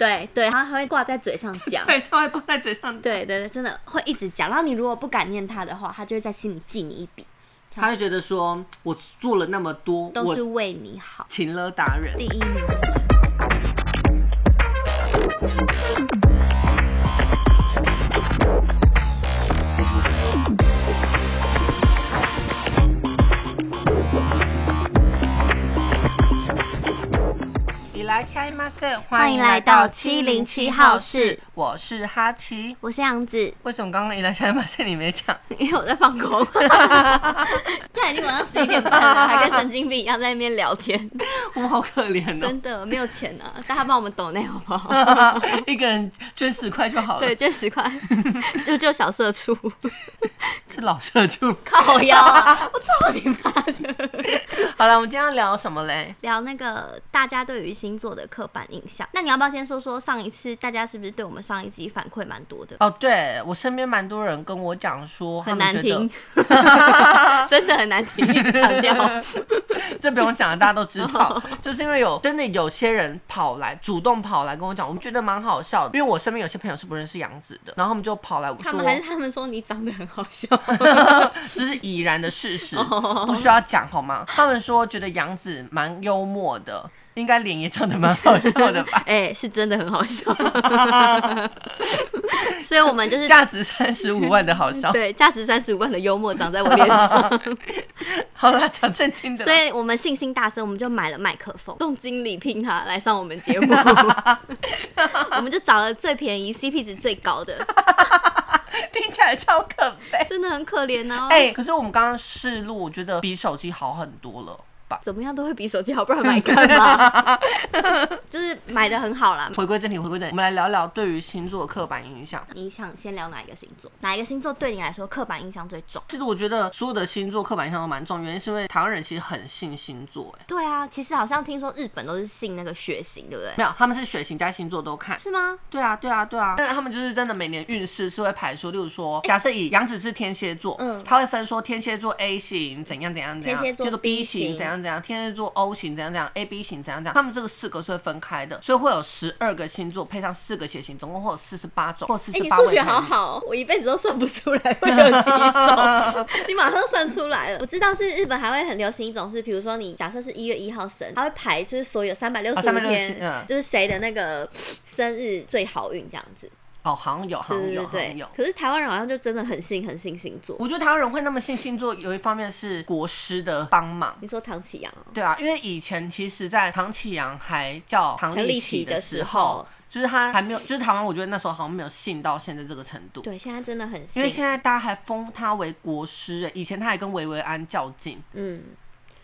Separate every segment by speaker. Speaker 1: 对对，然后还会挂在嘴上 讲。
Speaker 2: 对，他会挂在嘴上，
Speaker 1: 对对对，真的会一直讲。然后你如果不敢念他的话，他就会在心里记你一笔，
Speaker 2: 他会觉得说我做了那么多，
Speaker 1: 都
Speaker 2: 我
Speaker 1: 是为你好。
Speaker 2: 勤了达人
Speaker 1: 第。一名，
Speaker 2: 你来下一马赛，
Speaker 1: 欢迎来到707号室，
Speaker 2: 我是哈奇。
Speaker 1: 我是杨子，
Speaker 2: 为什么刚刚一来下一马赛你没讲？
Speaker 1: 因为我在放空。 现在已经晚上十一点半了，还跟神经病一样在那边聊天，
Speaker 2: 我好可怜
Speaker 1: 真的没有钱啊！大家帮我们抖内好不好？
Speaker 2: 哦， 一个人捐十块就好了
Speaker 1: 对，，捐十块， 救救小社畜，
Speaker 2: 是老社畜。
Speaker 1: 靠腰啊！我操你妈的！
Speaker 2: 好了，我们今天要聊什么嘞？
Speaker 1: 聊那个大家对于星座的刻板印象。那你要不要先说说上一次大家是不是对我们上一集反馈蛮多的？
Speaker 2: 哦，对我身边蛮多人跟我讲说，
Speaker 1: 很
Speaker 2: 他们
Speaker 1: 难
Speaker 2: 觉得
Speaker 1: 听， 真的很难听，一直强调。
Speaker 2: 这不用讲了，大家都知
Speaker 1: 哦
Speaker 2: 道，就是因为有真的有些人跑来主动跑来跟我讲，我觉得蛮好笑的，因为我身边有些朋友是不认识杨子的，然后他们就跑来我
Speaker 1: 他们还是
Speaker 2: 说，
Speaker 1: 他们说你长得很好笑，
Speaker 2: 这是已然的事实，
Speaker 1: 哦
Speaker 2: 不需要讲好吗？他们说觉得杨子蛮幽默的。应该脸也长得蛮好笑的吧？
Speaker 1: 哎、是真的很好 笑。所以我们 就是
Speaker 2: 价值三十五万的好 笑。
Speaker 1: 对价值三十五万的幽默长在我脸 上，
Speaker 2: 好啦，讲正经的啦。
Speaker 1: 所以我们信心大增，我们就买了麦克风，用经理聘他来上我们节目， 我们就找了最便宜、CP 值最高的，
Speaker 2: 听起来超可悲。
Speaker 1: 真的很可怜哦。
Speaker 2: 哎、可是我们刚刚试录，我觉得比手机好很多了吧？
Speaker 1: 怎么样都会比手机好，不然买干嘛？ 就是买的很好啦。
Speaker 2: 回归正题，回归正题，我们来聊聊对于星座的刻板印象。
Speaker 1: 你想先聊哪一个星座？哪一个星座对你来说刻板印象最重？
Speaker 2: 其实我觉得所有的星座刻板印象都蛮重，原因是因为台湾人其实很信星座、哎，
Speaker 1: 对啊，其实好像听说日本都是信那个血型，对不对？
Speaker 2: 没有，他们是血型加星座都看。
Speaker 1: 是吗？
Speaker 2: 对啊，对啊，对啊，但是他们就是真的每年运势是会排说，例如说，假设以杨子是天蝎座，
Speaker 1: 嗯
Speaker 2: 他会分说天蝎座 A 型怎样怎样怎样，
Speaker 1: 天蝎座
Speaker 2: B
Speaker 1: B
Speaker 2: 型
Speaker 1: 型
Speaker 2: 怎样怎样，天蝎座 O 型怎样怎样，A B 型怎样怎样，他们这个四个是会分开的，所以会有十二个星座配上四个血型，总共会有四十八种或四
Speaker 1: 哎、
Speaker 2: 十
Speaker 1: 你
Speaker 2: 八
Speaker 1: 数
Speaker 2: 位
Speaker 1: 学
Speaker 2: 朋
Speaker 1: 好
Speaker 2: 友。
Speaker 1: 好哦，我一辈子都算不出来会有几 种，你马上算出来了。我知道是日本还会很流行一种是，比如说你假设是一月一号生，它会排就是所有三百六
Speaker 2: 啊
Speaker 1: 十五
Speaker 2: 360
Speaker 1: 天，
Speaker 2: 嗯
Speaker 1: 就是谁的那个生日最好运这样子。
Speaker 2: 哦，好像有，好
Speaker 1: 对
Speaker 2: 像
Speaker 1: 对
Speaker 2: 有，
Speaker 1: 对
Speaker 2: 好像
Speaker 1: 对
Speaker 2: 有。。
Speaker 1: 可是台湾人好像就真的很信很信星座。
Speaker 2: 我觉得台湾人会那么信星座，有一方面是国师的帮忙。
Speaker 1: 你说唐启阳哦、
Speaker 2: 对啊，因为以前其实，在唐启阳还叫唐
Speaker 1: 唐
Speaker 2: 立
Speaker 1: 立
Speaker 2: 奇
Speaker 1: 奇
Speaker 2: 的
Speaker 1: 的
Speaker 2: 时
Speaker 1: 时
Speaker 2: 候
Speaker 1: 候，
Speaker 2: 就是他还没有，就是台湾，我觉得那时候好像没有信到现在这个程度。
Speaker 1: 对，现在真的很
Speaker 2: 因
Speaker 1: 信
Speaker 2: 为。现在大家还封他为国师，哎以前他还跟维维安较劲，
Speaker 1: 嗯，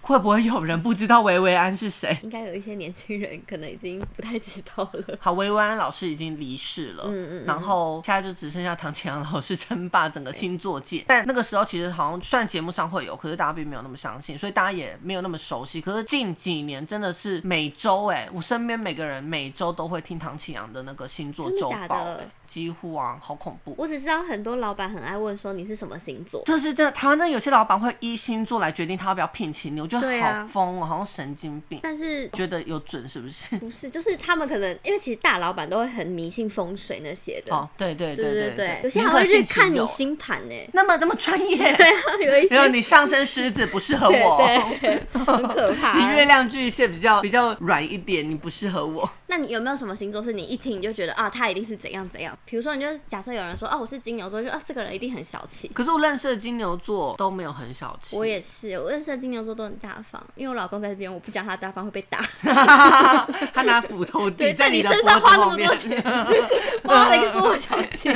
Speaker 2: 会不会有人不知道维维安是谁？
Speaker 1: 应该有一些年轻人可能已经不太知道了。
Speaker 2: 好，维维安老师已经离世了，
Speaker 1: 嗯嗯嗯
Speaker 2: 然后现在就只剩下唐启阳老师称霸整个星座界。但那个时候其实好像虽然节目上会有，可是大家并没有那么相信，所以大家也没有那么熟悉。可是近几年真的是每周哎、我身边每个人每周都会听唐启阳的那个星座
Speaker 1: 真的
Speaker 2: 周
Speaker 1: 假
Speaker 2: 报、
Speaker 1: 的
Speaker 2: 哎几乎啊，好恐怖。
Speaker 1: 我只知道很多老板很爱问说你是什么星座，
Speaker 2: 这是真的，台湾真的有些老板会依星座来决定他要不要聘请你，我觉得
Speaker 1: 对啊
Speaker 2: 好疯哦、好像神经病。
Speaker 1: 但是
Speaker 2: 觉得有准是不是？
Speaker 1: 不是，就是他们可能因为其实大老板都会很迷信风水那些的。
Speaker 2: 哦，对对
Speaker 1: 对
Speaker 2: 对
Speaker 1: 对
Speaker 2: 对，
Speaker 1: 有些
Speaker 2: 宁
Speaker 1: 还
Speaker 2: 可
Speaker 1: 会去
Speaker 2: 信其
Speaker 1: 看
Speaker 2: 有
Speaker 1: 你星盘呢。
Speaker 2: 那么那么专业，
Speaker 1: 对啊，有一
Speaker 2: 没有
Speaker 1: 些
Speaker 2: 你上升狮子不适合
Speaker 1: 对
Speaker 2: 我，
Speaker 1: 对，很 可怕。
Speaker 2: 你月亮巨蟹比较比较软一点，你不适合我。
Speaker 1: 那你有没有什么星座是你一听你就觉得啊，他一定是怎样怎样？比如说，你就假设有人说啊，我是金牛座，就啊，这个人一定很小气。
Speaker 2: 可是我认识的金牛座都没有很小气，
Speaker 1: 我也是，我认识的金牛座都很大方，因为我老公在这边，我不讲他大方会被 打，
Speaker 2: 他拿斧头抵
Speaker 1: 对
Speaker 2: 在
Speaker 1: 在你
Speaker 2: 的
Speaker 1: 身
Speaker 2: 脖子
Speaker 1: 上花那
Speaker 2: 后
Speaker 1: 么
Speaker 2: 面
Speaker 1: 多。哇，那个是我小气，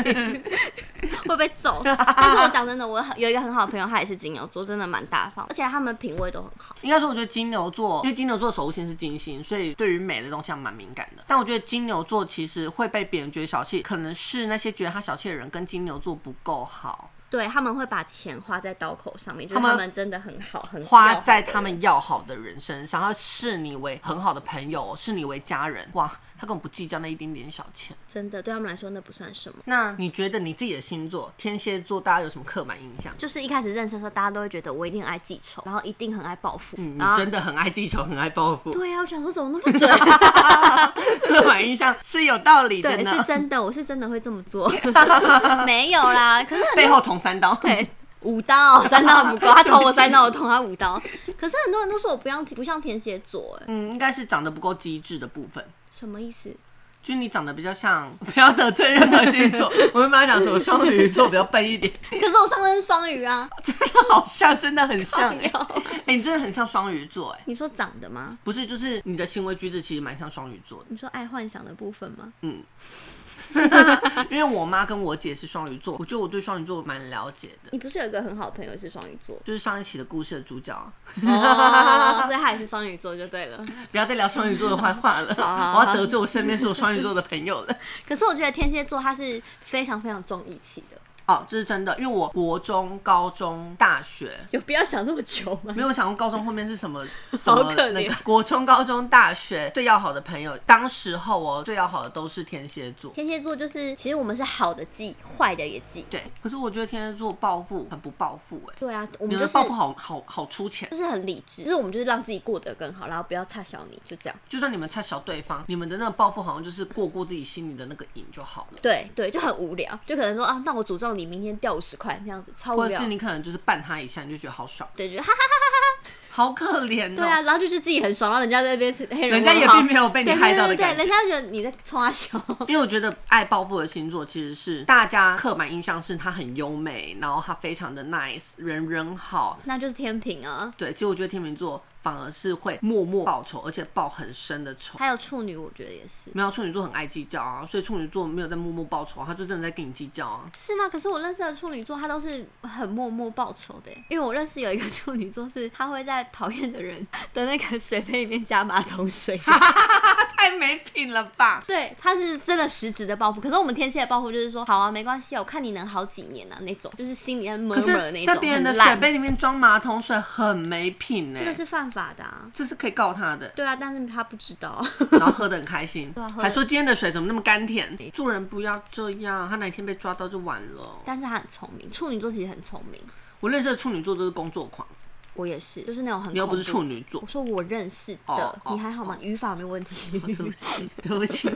Speaker 1: 会被 揍。但是我讲真的，我有一个很好的朋友，他也是金牛座，真的蛮大方，而且他们品味都很好。
Speaker 2: 应该说，我觉得金牛座，因为金牛座首先是金星，所以对于美的东西还蛮敏感的。但我觉得金牛座其实会被别人觉得小气，可能是那些觉得他小气的人跟金牛座不够好。
Speaker 1: 对他们会把钱花在刀口上面，就是
Speaker 2: 他们
Speaker 1: 他们真的很好，很
Speaker 2: 花
Speaker 1: 要好
Speaker 2: 在
Speaker 1: 的
Speaker 2: 他
Speaker 1: 人
Speaker 2: 们要好的人身上，他视你为很好的朋友，视你为家人，哇，他根本不计较那一点点小钱。
Speaker 1: 真的对他们来说那不算什么。
Speaker 2: 那你觉得你自己的星座天蝎座，大家有什么刻板印象？
Speaker 1: 就是一开始认识的时候，大家都会觉得我一定很爱记仇，然后一定很爱报复，
Speaker 2: 嗯嗯，你
Speaker 1: 然后
Speaker 2: 真的很爱记仇，很爱报复，
Speaker 1: 啊对啊，我想说怎么那么准？
Speaker 2: 刻板印象是有道理的
Speaker 1: 对，
Speaker 2: 呢。
Speaker 1: 是真的，我是真的会这么 做， 没有啦，可是很
Speaker 2: 背后捅三刀，
Speaker 1: 对，五刀，三刀不 够，他捅我三刀，我捅他五刀。可是很多人都说我不像不像天蝎座，哎，
Speaker 2: 嗯，应该是长得不够机智的部分。
Speaker 1: 什么意思？
Speaker 2: 就你长得比较像， 不要得罪任何 星座。我们本来讲什么双鱼座比较笨一点，
Speaker 1: 可是我上身是双鱼 啊，
Speaker 2: 真的好像，真的很像、
Speaker 1: 没
Speaker 2: 欸。
Speaker 1: 有。
Speaker 2: 哎、你真的很像双鱼座、哎，
Speaker 1: 你说长的吗？
Speaker 2: 不是，就是你的行为举止其实蛮像双鱼座的。
Speaker 1: 你说爱幻想的部分吗？
Speaker 2: 因为我妈跟我姐是双鱼座，我觉得我对双鱼座蛮了解的。，
Speaker 1: 你不是有一个很好的朋友是双鱼座
Speaker 2: 就是上一期的故事的主角啊，
Speaker 1: 哦，所以他也是双鱼座就对了。
Speaker 2: 不要再聊双鱼座的坏话 了，
Speaker 1: 好
Speaker 2: 我要得罪我身边所有双鱼座的朋友了。
Speaker 1: 可是我觉得天蝎座他是非常非常重义气的，
Speaker 2: 哦，这是真的，因为我国中、高中、大学
Speaker 1: 有必要想那么久吗？
Speaker 2: 没有想过高中后面是 什么什么
Speaker 1: 好可
Speaker 2: 那个
Speaker 1: 怜
Speaker 2: 国中、高中、大学最要好的朋友，当时候哦最要好的都是天蝎座。
Speaker 1: 天蝎座就是，其实我们是好的记，坏的也记。
Speaker 2: 对，可是我觉得天蝎座报复很不报复哎、
Speaker 1: 对啊，我
Speaker 2: 你
Speaker 1: 们就
Speaker 2: 们的
Speaker 1: 是
Speaker 2: 报复好好好粗浅，
Speaker 1: 就是很理智，就是我们就是让自己过得更好，然后不要差小你，就这样。
Speaker 2: 就算你们差小对方，你们的那个报复好像就是过过自己心里的那个瘾就好了。
Speaker 1: 对对，就很无聊，就可能说啊，那我诅咒你明天掉五十块这样子，超无
Speaker 2: 或者
Speaker 1: 聊
Speaker 2: 是。你可能就是绊他一下，你就觉得好爽，
Speaker 1: 对，就哈哈，
Speaker 2: 好可怜哦。
Speaker 1: 对啊，，然后就是自己很爽，然后人家在那边黑人
Speaker 2: 人家
Speaker 1: 问
Speaker 2: 也
Speaker 1: 号
Speaker 2: 并没有被你
Speaker 1: 对
Speaker 2: 害到的
Speaker 1: 对对
Speaker 2: 感
Speaker 1: 对，
Speaker 2: 觉。
Speaker 1: 人家觉得你在冲他笑。
Speaker 2: 因为我觉得爱报复的星座其实是大家刻板印象是他很优美，然后他非常的 nice，人人好，
Speaker 1: 那就是天平啊，
Speaker 2: 对，其实我觉得天秤座反而是会默默报仇，而且报很深的仇。
Speaker 1: 还有处女，我觉得也是，
Speaker 2: 没有处女座很爱计较啊，所以处女座没有在默默报仇，他就真的在跟你计较啊。
Speaker 1: 是吗？可是我认识的处女座，他都是很默默报仇的耶，欸因为我认识有一个处女座，是他会在讨厌的人的那个水杯里面加马桶水。
Speaker 2: 太没品了吧！
Speaker 1: 对，他是真的实质的报复。可是我们天蝎的报复就是说，好啊，没关系啊，我看你能好几年啊那种，就是心里在闷
Speaker 2: 可
Speaker 1: 闷的那
Speaker 2: 是，
Speaker 1: 种，
Speaker 2: 在别人的
Speaker 1: 很
Speaker 2: 水
Speaker 1: 烂
Speaker 2: 杯里面装马桶水很没品呢、
Speaker 1: 这个是犯法的啊。。
Speaker 2: 这是可以告他的
Speaker 1: 对啊，但是他不知道。
Speaker 2: 然后喝得很开心
Speaker 1: 对啊喝，得
Speaker 2: 还说今天的水怎么那么甘甜？做人不要这样，他哪一天被抓到就晚了。
Speaker 1: 但是他很聪明，处女座其实很聪明，
Speaker 2: 我认识的处女座都是工作狂，
Speaker 1: 我也是，就是那种很。
Speaker 2: 你又不是处
Speaker 1: 女。
Speaker 2: 女座
Speaker 1: 我，说我认识的，
Speaker 2: 哦哦
Speaker 1: 你还好吗？语法没问题。
Speaker 2: 对不起， 对不起。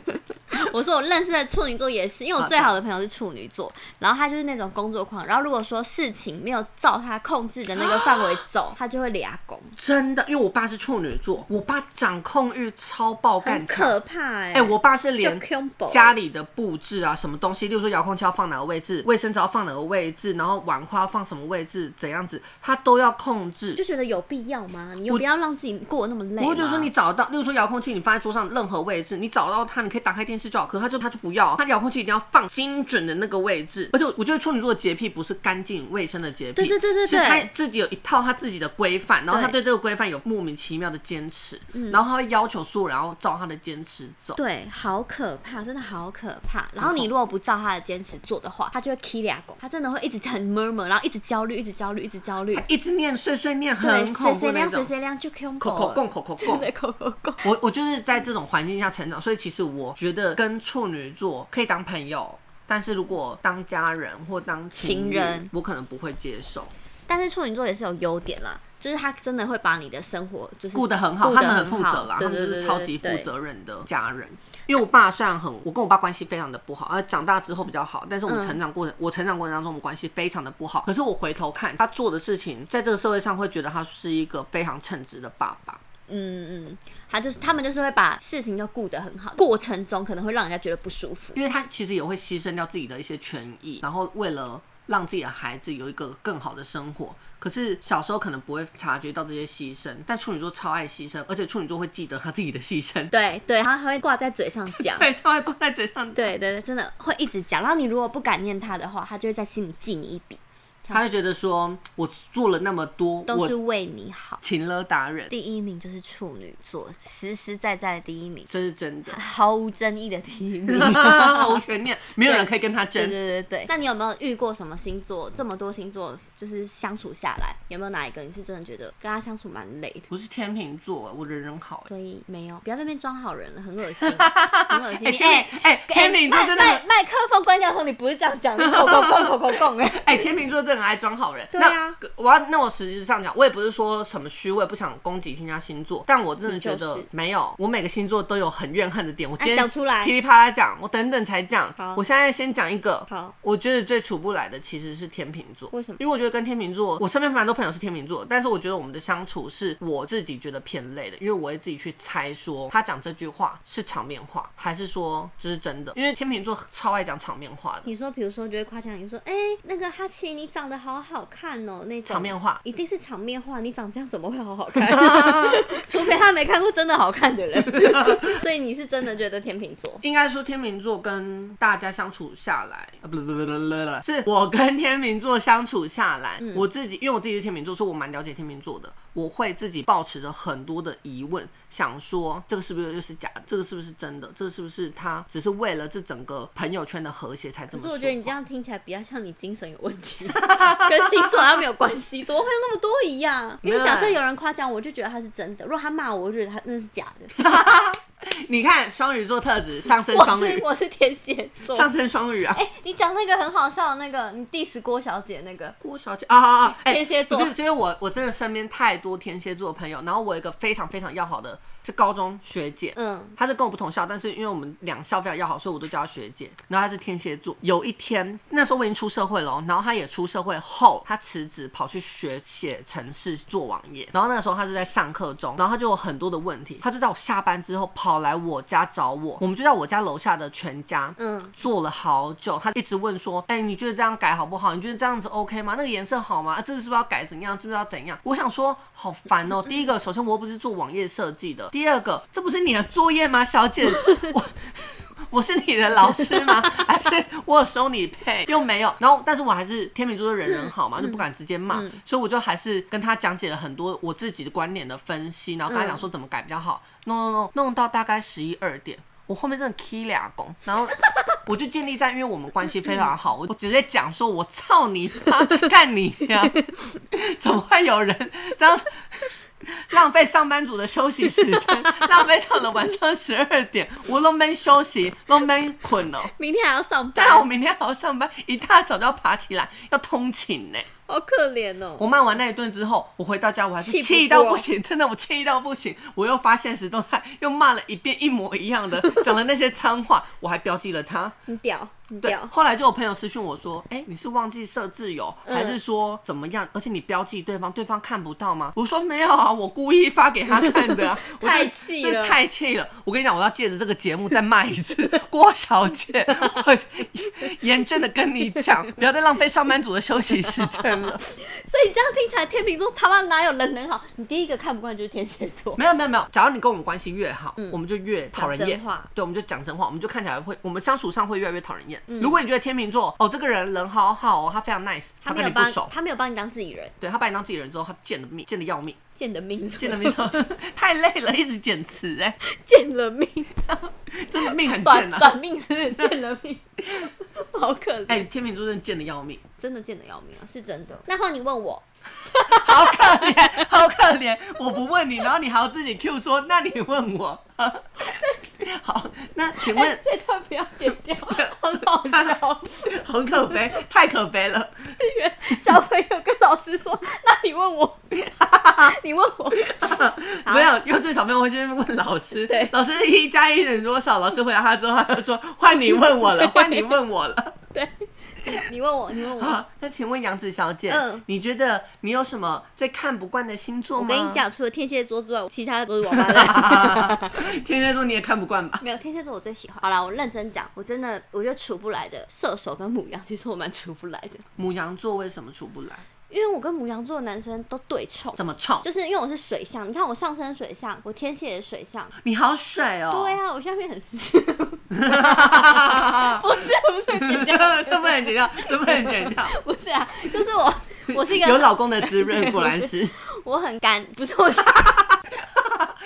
Speaker 1: 我说我认识的处女座也是，因为我最好的朋友是处女座，然后他就是那种工作狂，然后如果说事情没有照他控制的那个范围走，他就会俩拱，
Speaker 2: 真的，因为我爸是处女座，我爸掌控欲超爆
Speaker 1: 很
Speaker 2: 干强。
Speaker 1: 可怕哎、
Speaker 2: 哎、我爸是连
Speaker 1: 就 combo
Speaker 2: 家里的布置啊，什么东西，例如说遥控器要放哪个位置，卫生纸要放哪个位置，然后碗筷要放什么位置，怎样子，他都要控制
Speaker 1: 就。觉得有必要吗？你有必要让自己过得那么累吗？
Speaker 2: 我会觉得说，你找到，例如说遥控器，你放在桌上任何位置，你找到它，你可以打开电视就好。可是他就他就不要，他遥控器一定要放精准的那个位置。而且我觉得处女座的洁癖不是干净卫生的洁癖，
Speaker 1: 对对对对对
Speaker 2: 是他自己有一套他自己的规范，然后他
Speaker 1: 对嗯
Speaker 2: 对这个规范有莫名其妙的坚持，然后他会要求所有人要照他的坚持走。
Speaker 1: 对，好可怕，真的好可怕。然后你如果不照他的坚持做的话，他就会 k 俩狗，他真的会一直很 murmur，然后一直焦虑，一直焦虑，一直焦虑
Speaker 2: 他。一直念碎碎念，
Speaker 1: 对，
Speaker 2: 很
Speaker 1: 谁
Speaker 2: 恐怖
Speaker 1: 谁
Speaker 2: 那
Speaker 1: 亮谁
Speaker 2: 种。
Speaker 1: 谁亮就 Q
Speaker 2: 口 口供，口口供。
Speaker 1: 对，口口供。
Speaker 2: 我我就是在这种环境下成长，所以其实我觉得跟处女座可以当朋友，但是如果当家人或当情
Speaker 1: 情
Speaker 2: 侣
Speaker 1: 人
Speaker 2: 我可能不会接受。
Speaker 1: 但是处女座也是有优点啦，就是他真的会把你的生活就是
Speaker 2: 顾得很好，
Speaker 1: 顾
Speaker 2: 他
Speaker 1: 得
Speaker 2: 们
Speaker 1: 很
Speaker 2: 负责
Speaker 1: 好
Speaker 2: 啦，他
Speaker 1: 对
Speaker 2: 们
Speaker 1: 对
Speaker 2: 就
Speaker 1: 对
Speaker 2: 是
Speaker 1: 对
Speaker 2: 超级负
Speaker 1: 对
Speaker 2: 责任的家人。因为我爸虽然很，我跟我爸关系非常的不好，而呃长大之后比较好，但是我们
Speaker 1: 嗯
Speaker 2: 成长过程，我成长过程当中我们关系非常的不好。可是我回头看他做的事情，在这个社会上会觉得他是一个非常称职的爸爸。
Speaker 1: 嗯嗯，他就是他们就是会把事情都顾得很好，过程中可能会让人家觉得不舒服。
Speaker 2: 因为他其实也会牺牲掉自己的一些权益，然后为了让自己的孩子有一个更好的生活。可是小时候可能不会察觉到这些牺牲，但处女座超爱牺牲，而且处女座会记得他自己的牺 牲，
Speaker 1: 对对，他还会挂在嘴上讲。
Speaker 2: 对，他会挂在嘴上。
Speaker 1: 对对对，真的会一直讲。然后你如果不感念他的话，他就会在心里记你一笔。
Speaker 2: 他会觉得说我做了那么多，
Speaker 1: 都是
Speaker 2: 我
Speaker 1: 为你好。
Speaker 2: 勤了达人，
Speaker 1: 第一名就是处女座，实实在在的第一名，。
Speaker 2: 这是真的
Speaker 1: 毫无争议的第一名。
Speaker 2: 好悬念，没有人可以跟他
Speaker 1: 对
Speaker 2: 争。
Speaker 1: 对对对，那你有没有遇过什么星座？这么多星座，就是相处下来，有没有哪一个你是真的觉得跟他相处蛮累的？
Speaker 2: 我是天秤座，我人人好。
Speaker 1: 所以没有，不要在那边装好人了，很恶 心，很恶心。你哎
Speaker 2: 哎，天秤座真的
Speaker 1: 麦
Speaker 2: 很，
Speaker 1: 麦麦克风关掉的时候，你不是这样讲， 你口口供口口供哎。
Speaker 2: 哎，天秤座真的很爱装好人。
Speaker 1: 对啊
Speaker 2: 那我要那我实质上讲，我也不是说什么虚，我也不想攻击其他星座，但我真的觉
Speaker 1: 你就
Speaker 2: 得
Speaker 1: 是
Speaker 2: 没有，我每个星座都有很怨恨的点。我今
Speaker 1: 哎，
Speaker 2: 天
Speaker 1: 讲出来
Speaker 2: 噼，里啪啦讲，我等等才讲
Speaker 1: 好。
Speaker 2: 我现在先讲一个，
Speaker 1: 好，
Speaker 2: 我觉得最处不来的其实是天秤座。
Speaker 1: 为什么
Speaker 2: 因为我觉得跟天秤座，我身边蛮多朋友是天秤座，但是我觉得我们的相处是我自己觉得偏累的，因为我会自己去猜说他讲这句话是场面话，还是说这是真的？因为天秤座超爱讲场面话的，
Speaker 1: 你说，比如说，就会夸奖你说，哎、那个哈奇，你长得好好看哦，那种
Speaker 2: 场面话
Speaker 1: 一定是场面话，你长这样怎么会好好 看？除非他没看过真的好看的人。所以你是真的觉得天秤座
Speaker 2: 应该说天秤座跟大家相处下来，啊不不不不不不，不是我跟天秤座相处下来，
Speaker 1: 嗯
Speaker 2: 我自己因为我自己是天秤座，所以我蛮了解天秤座的。我会自己抱持着很多的疑问，想说这个是不是又是假的？这个是不是真的？这个是不是他只是为了这整个朋友圈的和谐才这
Speaker 1: 可
Speaker 2: 么
Speaker 1: 是
Speaker 2: 说话？
Speaker 1: 我觉得你这样听起来比较像你精神有问 题，跟星座好像没有关系，怎么会有那么多一样？因为
Speaker 2: 没有啊
Speaker 1: 假设有人夸奖我，我就觉得他是真的；如果他骂我，我就觉得他那是假的。
Speaker 2: 你看双鱼座特质，上升
Speaker 1: 我
Speaker 2: 双
Speaker 1: 是
Speaker 2: 鱼，
Speaker 1: 我是天蝎座。
Speaker 2: 上升双鱼啊。
Speaker 1: 哎、你讲那个很好笑的那个，你 diss 郭小姐那个，
Speaker 2: 郭小姐啊啊，啊哎
Speaker 1: 天蝎座
Speaker 2: 不是，所以我我真的身边太多天蝎座的朋友，然后我有一个非常非常要好的是高中学姐，
Speaker 1: 嗯，
Speaker 2: 她是跟我不同校，但是因为我们两校非常要好，所以我都叫她学姐。然后她是天蝎座，有一天那时候我已经出社会了哦，然后她也出社会后，她辞职跑去学写程式做网页，然后那个时候她是在上课中，然后她就有很多的问题，她就在我下班之后跑来我家找我，我们就在我家楼下的全家，
Speaker 1: 嗯，
Speaker 2: 做了好久，她一直问说，哎、你觉得这样改好不好？你觉得这样子 OK 吗？那个颜色好吗？啊，这个是不是要改怎样？是不是要怎样？我想说好烦哦、第一个，首先我又不是做网页设计的；第二个，这不是你的作业吗，小姐？我我是你的老师吗？还是我有收你配？又没有。然后，但是我还是天秤座的人人好嘛，就不敢直接骂，所以我就还是跟他讲解了很多我自己的观点的分析，然后跟他讲说怎么改比较好。弄弄弄弄到大概十一二点。我后面真的 k 俩公，然后我就建立在，因为我们关系非常好，我直接讲说，我操你妈，干你呀！ 怎么会有人这样浪费上班族的休息时间，浪费到了晚上十二点，我都没休息，都没困了。
Speaker 1: 明天还要上
Speaker 2: 对啊，我
Speaker 1: 班，
Speaker 2: 明天还要上班，一大早就要爬起来，要通勤呢、
Speaker 1: 好可怜哦。
Speaker 2: 我骂完那一顿之后，我回到家我还是
Speaker 1: 气不
Speaker 2: 气到
Speaker 1: 过
Speaker 2: 不行，真的我气到不行。我又发现实动态，又骂了一遍一模一样的，讲了那些脏话，我还标记了他。
Speaker 1: 很屌，很
Speaker 2: 对
Speaker 1: 屌，。
Speaker 2: 后来就有朋友私讯我说：“哎、你是忘记设置有，
Speaker 1: 嗯
Speaker 2: 还是说怎么样？而且你标记对方，对方看不到吗？”我说：“没有啊，我故意发给他看的、啊。”我就
Speaker 1: 太气
Speaker 2: 真的
Speaker 1: 了
Speaker 2: 太气了！我跟你讲，我要借着这个节目再骂一次 郭小姐， 我严正的跟你 讲，不要再浪费上班族的休息时间了。
Speaker 1: 所以这样听起来，天秤座他妈哪有人能好？你第一个看不惯就是天蝎座，
Speaker 2: 没有没有没有，只要你跟我们关系越好，我们就越讨
Speaker 1: 嗯
Speaker 2: 人
Speaker 1: 讲
Speaker 2: 厌
Speaker 1: 真话。
Speaker 2: 对，我们就讲真话，我们就看起来会，我们相处上会越来越讨人厌。
Speaker 1: 嗯
Speaker 2: 如果你觉得天秤座哦，这个人人好好哦，他非常 nice，他
Speaker 1: 没
Speaker 2: 跟你
Speaker 1: 有
Speaker 2: 不
Speaker 1: 帮
Speaker 2: 熟，，
Speaker 1: 他没有把你当自己人，
Speaker 2: 对他把你当自己人之后，他贱的命，贱的要命，
Speaker 1: 见了命，
Speaker 2: 贱的命 太累了，一直减词哎，
Speaker 1: 见了命，
Speaker 2: 真的命很
Speaker 1: 短
Speaker 2: 贱啊！
Speaker 1: 短命是不是见了命？好可怜，
Speaker 2: 哎、天秤座真的贱的要命，
Speaker 1: 真的见的要命啊，是真的。那后你问我，
Speaker 2: 好可怜，好可怜！我不问你，然后你还要自己 Q 说，那你问我。 好，那请问
Speaker 1: 哎，这段不要剪掉，哎很好笑。
Speaker 2: 很可悲，太可悲了。
Speaker 1: 小朋友跟老师说：“那你问我，你问我。好
Speaker 2: 没有，幼稚园小朋友会去问老师，
Speaker 1: 对
Speaker 2: 老师一加一等于多少？老师回答他之后，他就说换你问我了，换你问我了。”
Speaker 1: 对，你你问我，你 问我。
Speaker 2: 好，那请问杨子小姐，
Speaker 1: 嗯
Speaker 2: 你觉得你有什么最看不惯的星座
Speaker 1: 我
Speaker 2: 吗？
Speaker 1: 跟你，讲，除了天蝎座之外，其他的都是王八蛋。
Speaker 2: 天蝎座你也看不惯 吧？
Speaker 1: 没有天蝎座我最喜欢。好啦，我认真讲，我真的我觉得处不来的射手跟母羊， 其实我蛮处不来的，
Speaker 2: 母羊座为什么出不来？
Speaker 1: 因为我跟母羊座的男生都对冲，
Speaker 2: 怎么 冲？
Speaker 1: 就是因为我是水象，你看我上升水象，我天蝎也是水象。
Speaker 2: 你好水 哦！
Speaker 1: 对啊，我下面很湿，不是不是，剪掉
Speaker 2: 这不能剪掉？怎么能 剪掉？
Speaker 1: 不是啊，就是我，我是一个
Speaker 2: 有老公的滋润，果然 是。
Speaker 1: 我很干，不是我是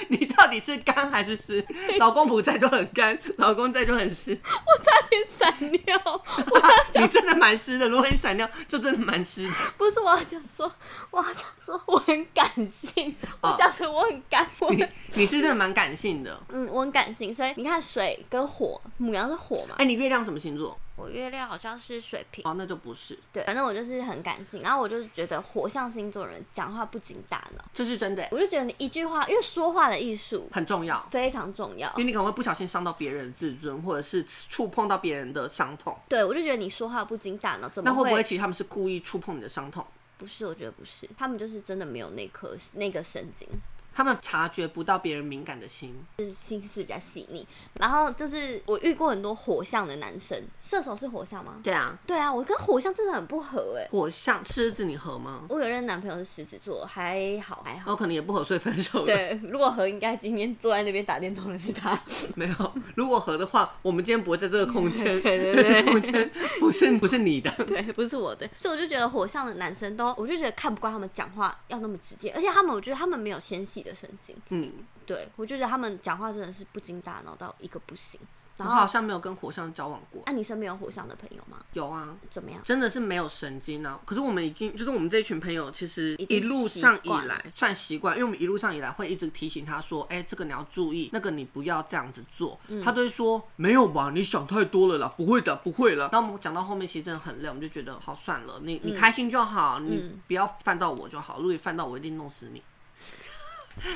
Speaker 2: 你到底是干还 是湿？老公不在就很干，老公在就很湿。
Speaker 1: 我差点闪尿， 我
Speaker 2: 你真的蛮湿的，如果你闪尿，就真的蛮湿的。
Speaker 1: 不是我要讲说，我要讲说我很感性，我讲成我很干，我
Speaker 2: 你
Speaker 1: 很
Speaker 2: 你是真的蛮感性的。
Speaker 1: 嗯我很感性，所以你看水跟火，母羊是火嘛
Speaker 2: 哎、，你月亮什么星座？
Speaker 1: 我月亮好像是水瓶，
Speaker 2: 哦，那就不是，
Speaker 1: 对，反正我就是很感性，然后我就是觉得火象星座人讲话不经大脑，
Speaker 2: 这是真的，
Speaker 1: 我就觉得你一句话，因为说话的艺术
Speaker 2: 很重要。
Speaker 1: 非常重要
Speaker 2: 因为，你可能会不小心伤到别人的自尊，或者是触碰到别人的伤痛。
Speaker 1: 对我就觉得你说话不经大脑，怎么
Speaker 2: 那会不会其实他们是故意触碰你的伤痛？
Speaker 1: 不是，我觉得不是，他们就是真的没有那颗那个神经，
Speaker 2: 他们察觉不到别人敏感的心，
Speaker 1: 就是心思比较细腻。然后就是我遇过很多火象的男生，射手是火象吗？
Speaker 2: 对啊，
Speaker 1: 对啊，我跟火象真的很不合哎、
Speaker 2: 火象狮子你合吗？哦
Speaker 1: 我有任男朋友是狮子座，还好还好。
Speaker 2: 我可能也不合，所以分手了。，
Speaker 1: 对，如果合，应该今天坐在那边打电动的是他。
Speaker 2: 没有。如果合的话，我们今天不会在这个空间，
Speaker 1: 对对
Speaker 2: 因为
Speaker 1: 对
Speaker 2: 这个空间不是不是你的。
Speaker 1: 对，不是我的，所以我就觉得火象的男生都，我就觉得看不惯他们讲话要那么直接，而且他们，我觉得他们没有纤细的神经，
Speaker 2: 嗯，
Speaker 1: 对我觉得他们讲话真的是不经大脑到一个不行。
Speaker 2: 我
Speaker 1: 然后，
Speaker 2: 好像没有跟火象交往过。
Speaker 1: 啊，你身边有火象的朋友吗？
Speaker 2: 有啊，
Speaker 1: 怎么样？
Speaker 2: 真的是没有神经啊。可是我们已经，就是我们这群朋友，其实
Speaker 1: 已经
Speaker 2: 一路上以
Speaker 1: 习惯
Speaker 2: 来算习惯，因为我们一路上以来会一直提醒他说，哎、这个你要注意，那个你不要这样子做。
Speaker 1: 嗯
Speaker 2: 他都会说没有吧，你想太多了啦，不会的，不会
Speaker 1: 嗯
Speaker 2: 了。那我们讲到后面其实真的很累，我们就觉得好算了，你你开心就好，
Speaker 1: 嗯
Speaker 2: 你不要犯到我就好。如果你犯到我，一定 弄死你。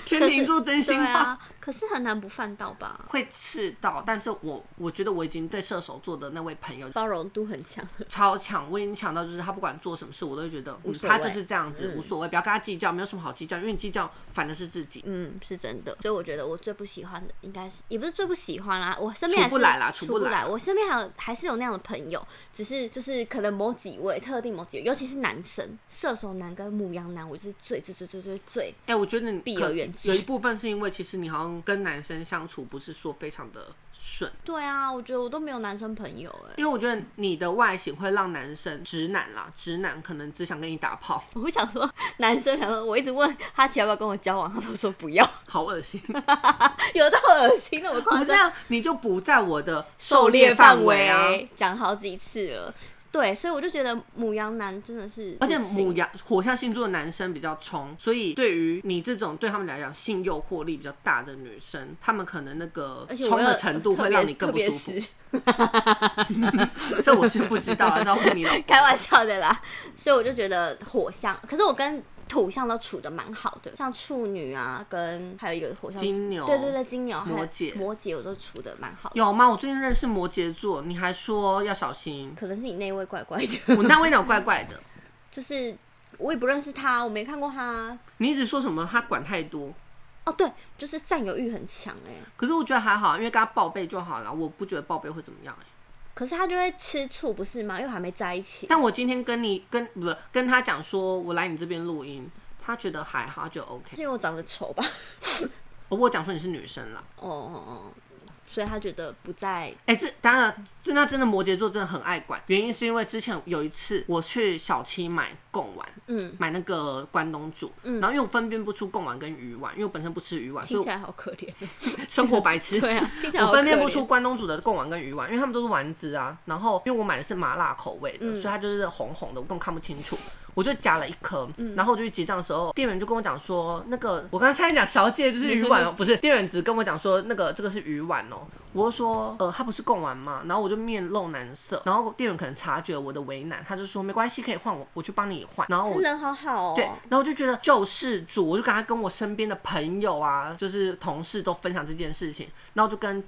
Speaker 2: 天秤座真心
Speaker 1: 对
Speaker 2: 话。
Speaker 1: 啊，可是很难不犯到吧？
Speaker 2: 会刺到，但是我我觉得我已经对射手座的那位朋友
Speaker 1: 包容度很强，
Speaker 2: 超强，我已经强到就是他不管做什么事，我都会觉得、嗯
Speaker 1: 无所谓嗯
Speaker 2: 他就是这样子，无所谓，不要跟他计较，没有什么好计较，因为你计较反的是自己，
Speaker 1: 嗯，是真的。所以我觉得我最不喜欢的应该是，也不是最不喜欢啦，我身边
Speaker 2: 处
Speaker 1: 还是
Speaker 2: 不来啦
Speaker 1: 处
Speaker 2: 处
Speaker 1: 不
Speaker 2: 不来
Speaker 1: 来。我身边还有还是有那样的朋友，只是就是可能某几位特定某几位，尤其是男生，射手男跟母羊男，我是最最最最最最
Speaker 2: 哎、我觉得你
Speaker 1: 必
Speaker 2: 可
Speaker 1: 有远之
Speaker 2: 有一部分是因为其实你好像跟男生相处不是说非常的顺，
Speaker 1: 对啊，我觉得我都没有男生朋友哎、
Speaker 2: 因为我觉得你的外形会让男生直男啦，直男可能只想跟你打炮，
Speaker 1: 我想说，男生想说，我一直问哈奇要不要跟我交往，他都说不要，
Speaker 2: 好恶心。
Speaker 1: 有到恶心那么夸
Speaker 2: 不这
Speaker 1: 张。
Speaker 2: 样你就不在我的
Speaker 1: 狩
Speaker 2: 狩
Speaker 1: 猎
Speaker 2: 猎
Speaker 1: 范
Speaker 2: 范
Speaker 1: 围
Speaker 2: 围啊。，
Speaker 1: 讲好几次了。对，所以我就觉得母羊男真的是不
Speaker 2: 而
Speaker 1: 行，
Speaker 2: 且母羊火象星座的男生比较冲，所以对于你这种对他们来讲性诱惑力比较大的女生，他们可能那个
Speaker 1: 而且我
Speaker 2: 冲的
Speaker 1: 又
Speaker 2: 程度
Speaker 1: 特
Speaker 2: 会
Speaker 1: 别
Speaker 2: 让你更
Speaker 1: 特
Speaker 2: 不
Speaker 1: 别
Speaker 2: 舒服。
Speaker 1: 湿
Speaker 2: 这我是不知道啊，要问你老公。
Speaker 1: 开玩笑的啦。所以我就觉得火象，可是我跟土象都处的蛮好的，像处女啊，跟还有一个火象，
Speaker 2: 金牛
Speaker 1: 对对对，金牛，还有
Speaker 2: 摩羯
Speaker 1: 摩羯我都处的蛮好的，
Speaker 2: 有吗？我最近认识摩羯座，你还说要小心。
Speaker 1: 可能是你那位怪怪的，
Speaker 2: 我那位鸟怪怪的，
Speaker 1: 就是我也不认识他，我没看过他。
Speaker 2: 你一直说什么他管太多，
Speaker 1: 哦，对，就是占有欲很强哎、
Speaker 2: 可是我觉得还好，因为跟他报备就好了，我不觉得报备会怎么样、欸。
Speaker 1: 可是他就会吃醋不是吗？因为还没在一起。
Speaker 2: 但我今天跟你跟不是跟他讲说，我来你这边录音，他觉得还好，他觉得 OK。
Speaker 1: 是因为我长得丑吧？
Speaker 2: 我有讲说你是女生啦，
Speaker 1: 哦哦哦，所以他觉得不在
Speaker 2: 哎、这当然，这那真的摩羯座真的很爱管，原因是因为之前有一次我去小七买贡丸，
Speaker 1: 嗯，
Speaker 2: 买那个关东煮，然后因为我分辨不出贡丸跟鱼丸，因为我本身不吃鱼丸，所
Speaker 1: 听
Speaker 2: 以
Speaker 1: 起来好可怜。
Speaker 2: 我生活白痴。
Speaker 1: 对啊，听起来
Speaker 2: 我
Speaker 1: 好
Speaker 2: 分辨
Speaker 1: 可
Speaker 2: 不
Speaker 1: 怜
Speaker 2: 出关东煮的贡丸跟鱼丸，因为他们都是丸子啊。然后因为我买的是麻辣口味的，
Speaker 1: 嗯
Speaker 2: 所以它就是红红的，我根本看不清楚。我就夹了一颗，
Speaker 1: 嗯
Speaker 2: 然后我就去结账的时候，店员就跟我讲说，那个我刚才差点讲小姐就是 鱼丸哦，不是，店员只跟我讲说那个这个是鱼丸哦。我就说，呃，它不是贡丸嘛，然后我就面露难色，然后店员可能察觉我的为难，他就说没关系，可以换我，我去帮你换。然后我
Speaker 1: 他人好好
Speaker 2: 对
Speaker 1: 哦，，
Speaker 2: 然后我就觉得救世主，我就赶快跟我身边的朋友啊，就是同事都分享这件事情，然后就跟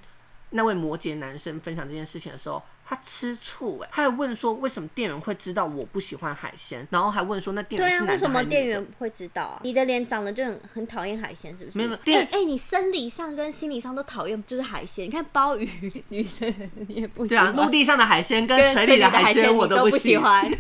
Speaker 2: 那位摩羯男生分享这件事情的时候，他吃醋哎、他还问说为什么店员会知道我不喜欢海鲜，然后还问说那店
Speaker 1: 对
Speaker 2: 员是
Speaker 1: 啊，为
Speaker 2: 男的
Speaker 1: 什
Speaker 2: 还
Speaker 1: 么
Speaker 2: 是
Speaker 1: 店
Speaker 2: 女的
Speaker 1: 员？会知道啊？你的脸长得就很很讨厌海鲜，是不是？
Speaker 2: 没有没有
Speaker 1: 哎
Speaker 2: 店
Speaker 1: 哎，你生理上跟心理上都讨厌就是海鲜。你看鲍鱼，女生你也不喜
Speaker 2: 对啊
Speaker 1: 欢，，
Speaker 2: 陆地上的海鲜跟
Speaker 1: 跟
Speaker 2: 水里的海
Speaker 1: 海
Speaker 2: 鲜
Speaker 1: 鲜
Speaker 2: 我
Speaker 1: 你都
Speaker 2: 不
Speaker 1: 喜
Speaker 2: 喜欢。
Speaker 1: 欢，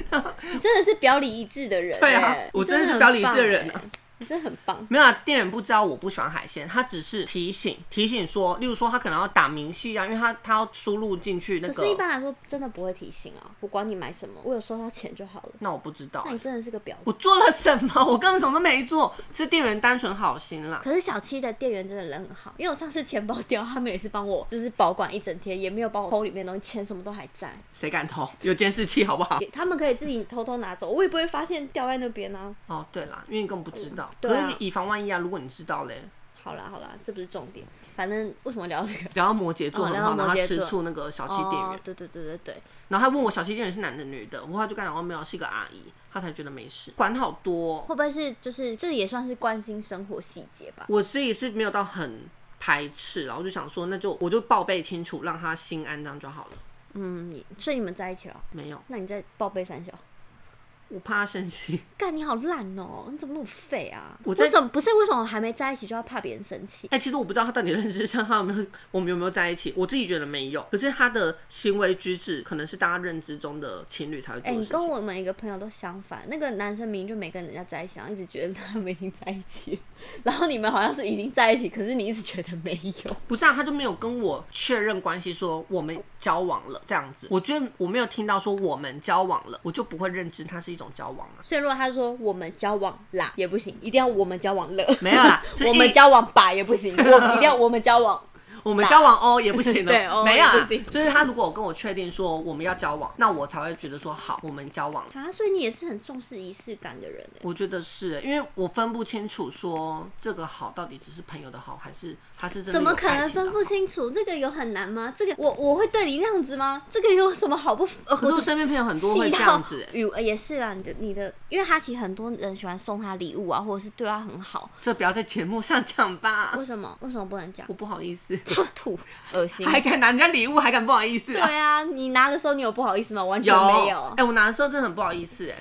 Speaker 1: 你真的是表里一致的人欸。
Speaker 2: 对啊我
Speaker 1: 你
Speaker 2: 真的是
Speaker 1: 很
Speaker 2: 表里一致的人啊
Speaker 1: 棒欸你真的很棒。
Speaker 2: 没有啊，店员不知道我不喜欢海鲜，他只是提醒提醒说，例如说他可能要打明细啊，因为他他要输入进去那
Speaker 1: 可
Speaker 2: 个
Speaker 1: 是，一。般来说真的不会提醒啊，我管你买什么，我有收到钱就好了。
Speaker 2: 那我不知道欸、
Speaker 1: 那你真的是个婊子。
Speaker 2: 我做了什么？我根本什么都没做，是店员单纯好心啦。
Speaker 1: 可是小七的店员真的人很好，因为我上次钱包掉，他们也是帮我就是保管一整天，也没有帮我偷里面的东西，钱什么都还在，
Speaker 2: 谁敢偷？ 有监视器好不好？
Speaker 1: 也他们可以自己偷偷拿走，我也不会发现掉在那边啊。
Speaker 2: 哦，对啦，因为你根本不知道。
Speaker 1: 对啊
Speaker 2: 可是以防万一啊，如果你知道嘞，
Speaker 1: 好啦好啦，这不是重点，反正为什么聊到这个？
Speaker 2: 聊到摩羯座
Speaker 1: 哦
Speaker 2: 很
Speaker 1: 聊到
Speaker 2: 好，然后
Speaker 1: 摩
Speaker 2: 他
Speaker 1: 羯
Speaker 2: 吃
Speaker 1: 座
Speaker 2: 醋那个小气店员，
Speaker 1: 哦，对对对对对，
Speaker 2: 然后他问我小气店员是男的女的，我后来就跟他讲哦没有，是一个阿姨，他才觉得没事，管好多哦、
Speaker 1: 会不会是就是这也算是关心生活细节吧？
Speaker 2: 我自己是没有到很排斥，然后就想说，那就我就报备清楚，让他心安，这样就好了。
Speaker 1: 嗯，你所以你们在一起了，
Speaker 2: 没有，
Speaker 1: 那你在报备三小？
Speaker 2: 我怕他生气，
Speaker 1: 干，你好烂哦！你怎么那么废啊？
Speaker 2: 我在
Speaker 1: 为什么不是为什么还没在一起就要怕别人生气？
Speaker 2: 哎、其实我不知道他到底认识上他有没有，我们有没有在一起？我自己觉得没有，可是他的行为举止可能是大家认知中的情侣才会
Speaker 1: 哎、
Speaker 2: 做的
Speaker 1: 你
Speaker 2: 事情。
Speaker 1: 跟我们一个朋友都相反，那个男生明明就没跟人家在一起，然后一直觉得他们已经在一起， 然后你们好像是已经在一起，可是你一直觉得没有。
Speaker 2: 不是啊，他就没有跟我确认关系，说我们交往了这样子。我觉得我没有听到说我们交往了，我就不会认知它是一种交往啊。
Speaker 1: 所以如果他说我们交往啦也不行，一定要我们交往了，
Speaker 2: 没有 啦就是一
Speaker 1: 我们交往吧也不 行，我们一定要我们交往。
Speaker 2: 我们交往哦也不行 了，
Speaker 1: 对哦
Speaker 2: 没有、
Speaker 1: 也
Speaker 2: 啊
Speaker 1: 不行，
Speaker 2: 就是他如果跟我确定说我们要交往，那我才会觉得说好，我们交往了。
Speaker 1: 啊，所以你也是很重视仪式感的人欸
Speaker 2: 我觉得是，因为我分不清楚说这个好到底只是朋友的好，还是他是真的
Speaker 1: 怎么
Speaker 2: 有
Speaker 1: 可
Speaker 2: 爱
Speaker 1: 能
Speaker 2: 情的
Speaker 1: 分不
Speaker 2: 好？
Speaker 1: 清楚？这个有很难吗？这个我我会对你那样子吗？这个有什么好不？呃
Speaker 2: 可是我
Speaker 1: 就
Speaker 2: 身边朋友很多会
Speaker 1: 气
Speaker 2: 这
Speaker 1: 到
Speaker 2: 样子、欸，
Speaker 1: 语呃也是啦，你的你的，因为他其实很多人喜欢送他礼物啊，或者是对他很好。
Speaker 2: 这不要在节目上讲吧
Speaker 1: 为，什么？为什么不能讲
Speaker 2: 啊我？不好意 思，
Speaker 1: 吐，恶心。
Speaker 2: 还敢拿人家礼物，还敢不好意思
Speaker 1: 对
Speaker 2: 啊？
Speaker 1: 啊，你拿的时候你有不好意思吗？完全
Speaker 2: 有，
Speaker 1: 没
Speaker 2: 哎、我拿的时候真的很不好意思哎、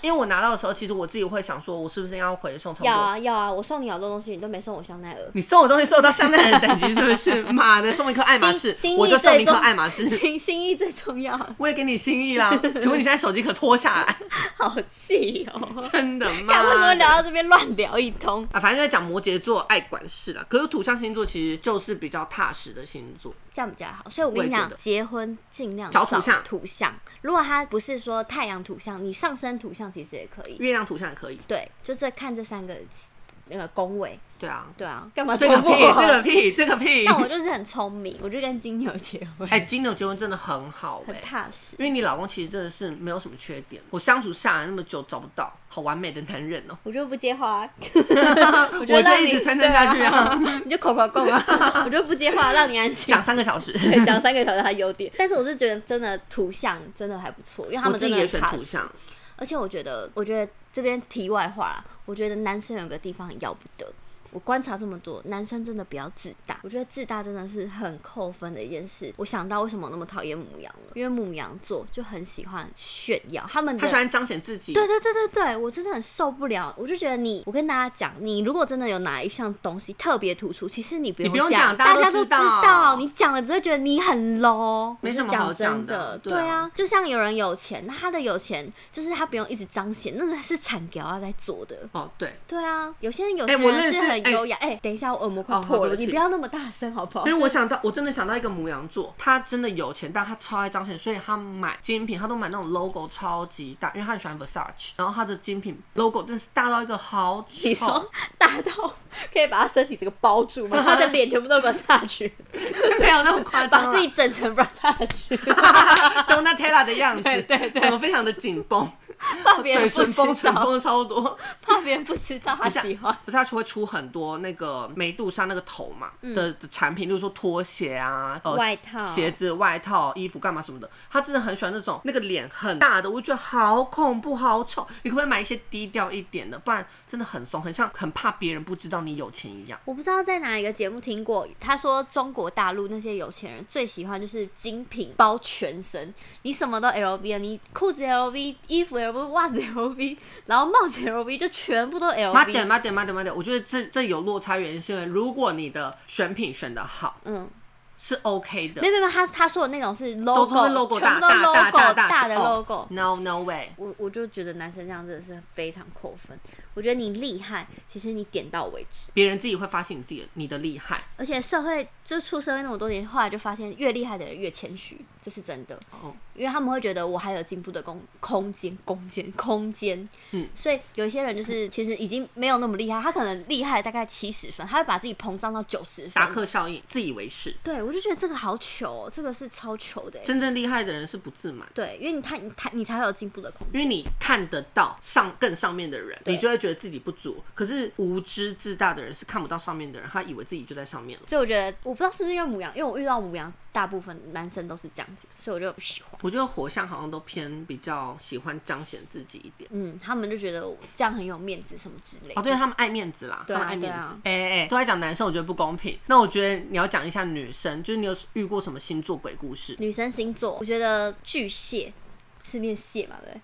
Speaker 2: 因为我拿到的时候，其实我自己会想说，我是不是要回送超
Speaker 1: 要
Speaker 2: 多？
Speaker 1: 啊要啊，我送你好多东西，你都没送我香奈 儿。
Speaker 2: 你送我东西送到香奈儿的等级是不是？ 妈的，送一颗爱马仕
Speaker 1: 心心，意
Speaker 2: 我就送你一
Speaker 1: 最
Speaker 2: 颗
Speaker 1: 终
Speaker 2: 爱马仕。
Speaker 1: 心心意最重要，
Speaker 2: 我也给你心意啦，请问你现在手机可脱下来？
Speaker 1: 好气哦！
Speaker 2: 真的吗？
Speaker 1: 看为什么聊到这边乱聊一通？
Speaker 2: 啊，反正就在讲摩羯座爱管事啦。可是土象星座其实就是比较踏实的星座，
Speaker 1: 这样比较好。所以我跟你
Speaker 2: 我也
Speaker 1: 讲
Speaker 2: 觉得，
Speaker 1: 结婚尽量
Speaker 2: 找
Speaker 1: 找
Speaker 2: 土象
Speaker 1: 土象。如果他不是说太阳土象，你上升土象其实也可以。
Speaker 2: 月亮土象也可以。
Speaker 1: 对，就这看这三个那个宫位，
Speaker 2: 对啊，
Speaker 1: 对啊，干嘛
Speaker 2: 这个
Speaker 1: 重复
Speaker 2: 屁，
Speaker 1: 啊
Speaker 2: 这个屁，这个屁。
Speaker 1: 像我就是很聪明，我就跟金牛结婚，
Speaker 2: 哎，金牛结婚真的很好哎、
Speaker 1: 很踏实。
Speaker 2: 因为你老公其实真的是没有什么缺点，我相处下来那么久找不到好完美的男人哦、
Speaker 1: 我就不接话、 啊，
Speaker 2: 我
Speaker 1: 我
Speaker 2: 就
Speaker 1: 让
Speaker 2: 一
Speaker 1: 你
Speaker 2: 直撑撑下去啊，
Speaker 1: 对 你就口口供啊，我就不接话，让你安静
Speaker 2: 讲。三个小时。
Speaker 1: 对讲三个小时，他优点，但是我是觉得真的图像真的还不错，因为他
Speaker 2: 我
Speaker 1: 们
Speaker 2: 自
Speaker 1: 真
Speaker 2: 己
Speaker 1: 的
Speaker 2: 也
Speaker 1: 很
Speaker 2: 选
Speaker 1: 踏
Speaker 2: 土
Speaker 1: 实
Speaker 2: 象，
Speaker 1: 而且我觉得，我觉得这边题外话啦，我觉得男生有个地方很要不得。我观察这么多，男生真的不要自大。我觉得自大真的是很扣分的一件事。我想到为什么我那么讨厌母羊了，因为母羊座就很喜欢炫耀，他们的
Speaker 2: 他喜欢彰显自己。
Speaker 1: 对对对对对，我真的很受不了。我就觉得你，我跟大家讲，你如果真的有哪一项东西特别突出，其实你不
Speaker 2: 你不用
Speaker 1: 讲，
Speaker 2: 讲大
Speaker 1: 大
Speaker 2: 家
Speaker 1: 都
Speaker 2: 都知道
Speaker 1: 你讲了只会觉得你很 low，我
Speaker 2: 没
Speaker 1: 是
Speaker 2: 什么好
Speaker 1: 讲
Speaker 2: 讲
Speaker 1: 真
Speaker 2: 的对
Speaker 1: 对
Speaker 2: 啊
Speaker 1: 啊，就像有人有钱，那他的有钱就是他不用一直彰显，那个是惨屌要在做的。
Speaker 2: 哦，对，
Speaker 1: 对啊，有些人有
Speaker 2: 哎
Speaker 1: 些
Speaker 2: 我
Speaker 1: 人
Speaker 2: 认识
Speaker 1: 是很
Speaker 2: 哎
Speaker 1: 优雅。哎、等一下，我耳膜快
Speaker 2: 哦好
Speaker 1: 破
Speaker 2: 对
Speaker 1: 了，
Speaker 2: 不
Speaker 1: 你
Speaker 2: 起
Speaker 1: 不要那么大声好不好？
Speaker 2: 因为我想到，我真的想到一个母羊座，他真的有钱，但他超爱彰显，所以他买精品，他都买那种 logo 超级大，因为他很喜欢 Versace，然后他的精品 logo 真的是大到一个好丑，
Speaker 1: 你说大到可以把他身体整个包住 吗？他的脸全部都 Versace，
Speaker 2: 是没有那么夸张啊
Speaker 1: 把
Speaker 2: 啦，
Speaker 1: 自己整成 Versace。
Speaker 2: Donatella 的样子，对对对，整个非常的紧 绷，
Speaker 1: 怕别
Speaker 2: 嘴
Speaker 1: 人不
Speaker 2: 唇
Speaker 1: 知
Speaker 2: 绷唇
Speaker 1: 道，
Speaker 2: 绷超多，
Speaker 1: 怕别人不知道他喜欢。
Speaker 2: 不是他就会出很多那个梅杜莎那个头嘛的的产品，例如说拖鞋啊、呃
Speaker 1: 嗯外套
Speaker 2: 鞋子、外套、衣服干嘛什么的，他真的很喜欢那种那个脸很大的，我就觉得好恐怖、好丑。你可不可以买一些低调一点的？不然真的很怂，很像很怕别人不知道你有钱一样。
Speaker 1: 我不知道在哪一个节目听过，他说中国大陆那些有钱人最喜欢就是精品包全身，你什么都 LV 啊，你裤子 LV，衣服 LV，袜子 LV，然后帽子 LV，就全部都
Speaker 2: 妈点
Speaker 1: LV。
Speaker 2: 妈点妈点妈点，我觉得这这有落差原因是因为，如果你的选品选的好，
Speaker 1: 嗯，
Speaker 2: 是 OK 的
Speaker 1: 没。有没有，他他说的那种是
Speaker 2: 都
Speaker 1: logo，
Speaker 2: 都是 logo
Speaker 1: 全
Speaker 2: 大
Speaker 1: 部都
Speaker 2: 大
Speaker 1: logo
Speaker 2: 大大
Speaker 1: 的
Speaker 2: 哦
Speaker 1: logo。
Speaker 2: No no way，
Speaker 1: 我我就觉得男生这样真的是非常扣分。我觉得你厉害，其实你点到为止。
Speaker 2: 别人自己会发现你自己的你的厉害。
Speaker 1: 而且社会就出社会那么多年，后来就发现越厉害的人越谦虚，这是真的。
Speaker 2: 哦，
Speaker 1: 因为他们会觉得我还有进步的空空间、空间、空间。
Speaker 2: 嗯，
Speaker 1: 所以有一些人就是其实已经没有那么厉害，他可能厉害大概七十分，他会把自己膨胀到九十
Speaker 2: 达
Speaker 1: 分。
Speaker 2: 克效应，自以为是。
Speaker 1: 对，我就觉得这个好糗、哦，这个是超糗的欸。
Speaker 2: 真正厉害的人是不自满，
Speaker 1: 对，因为你看，你看，你才会有进步的空间。
Speaker 2: 因为你看得到上更上面的人，
Speaker 1: 对
Speaker 2: 你就会觉得自己不足。可是无知自大的人是看不到上面的人，他以为自己就在上面了。
Speaker 1: 所以我觉得，我不知道是不是因为母羊，因为我遇到母羊大部分男生都是这样子，所以我就不喜欢。
Speaker 2: 我觉得火象好像都偏比较喜欢彰显自己一点。
Speaker 1: 嗯，他们就觉得我这样很有面子什么之类的。
Speaker 2: 哦，对他们爱面子啦，
Speaker 1: 嗯对啊
Speaker 2: 他们爱面
Speaker 1: 对
Speaker 2: 子
Speaker 1: 啊。
Speaker 2: 哎哎、哎都在讲男生，我觉得不公平。那我觉得你要讲一下女生，就是你有遇过什么星座鬼故事？
Speaker 1: 女生星座，我觉得巨蟹是念蟹嘛，对不对，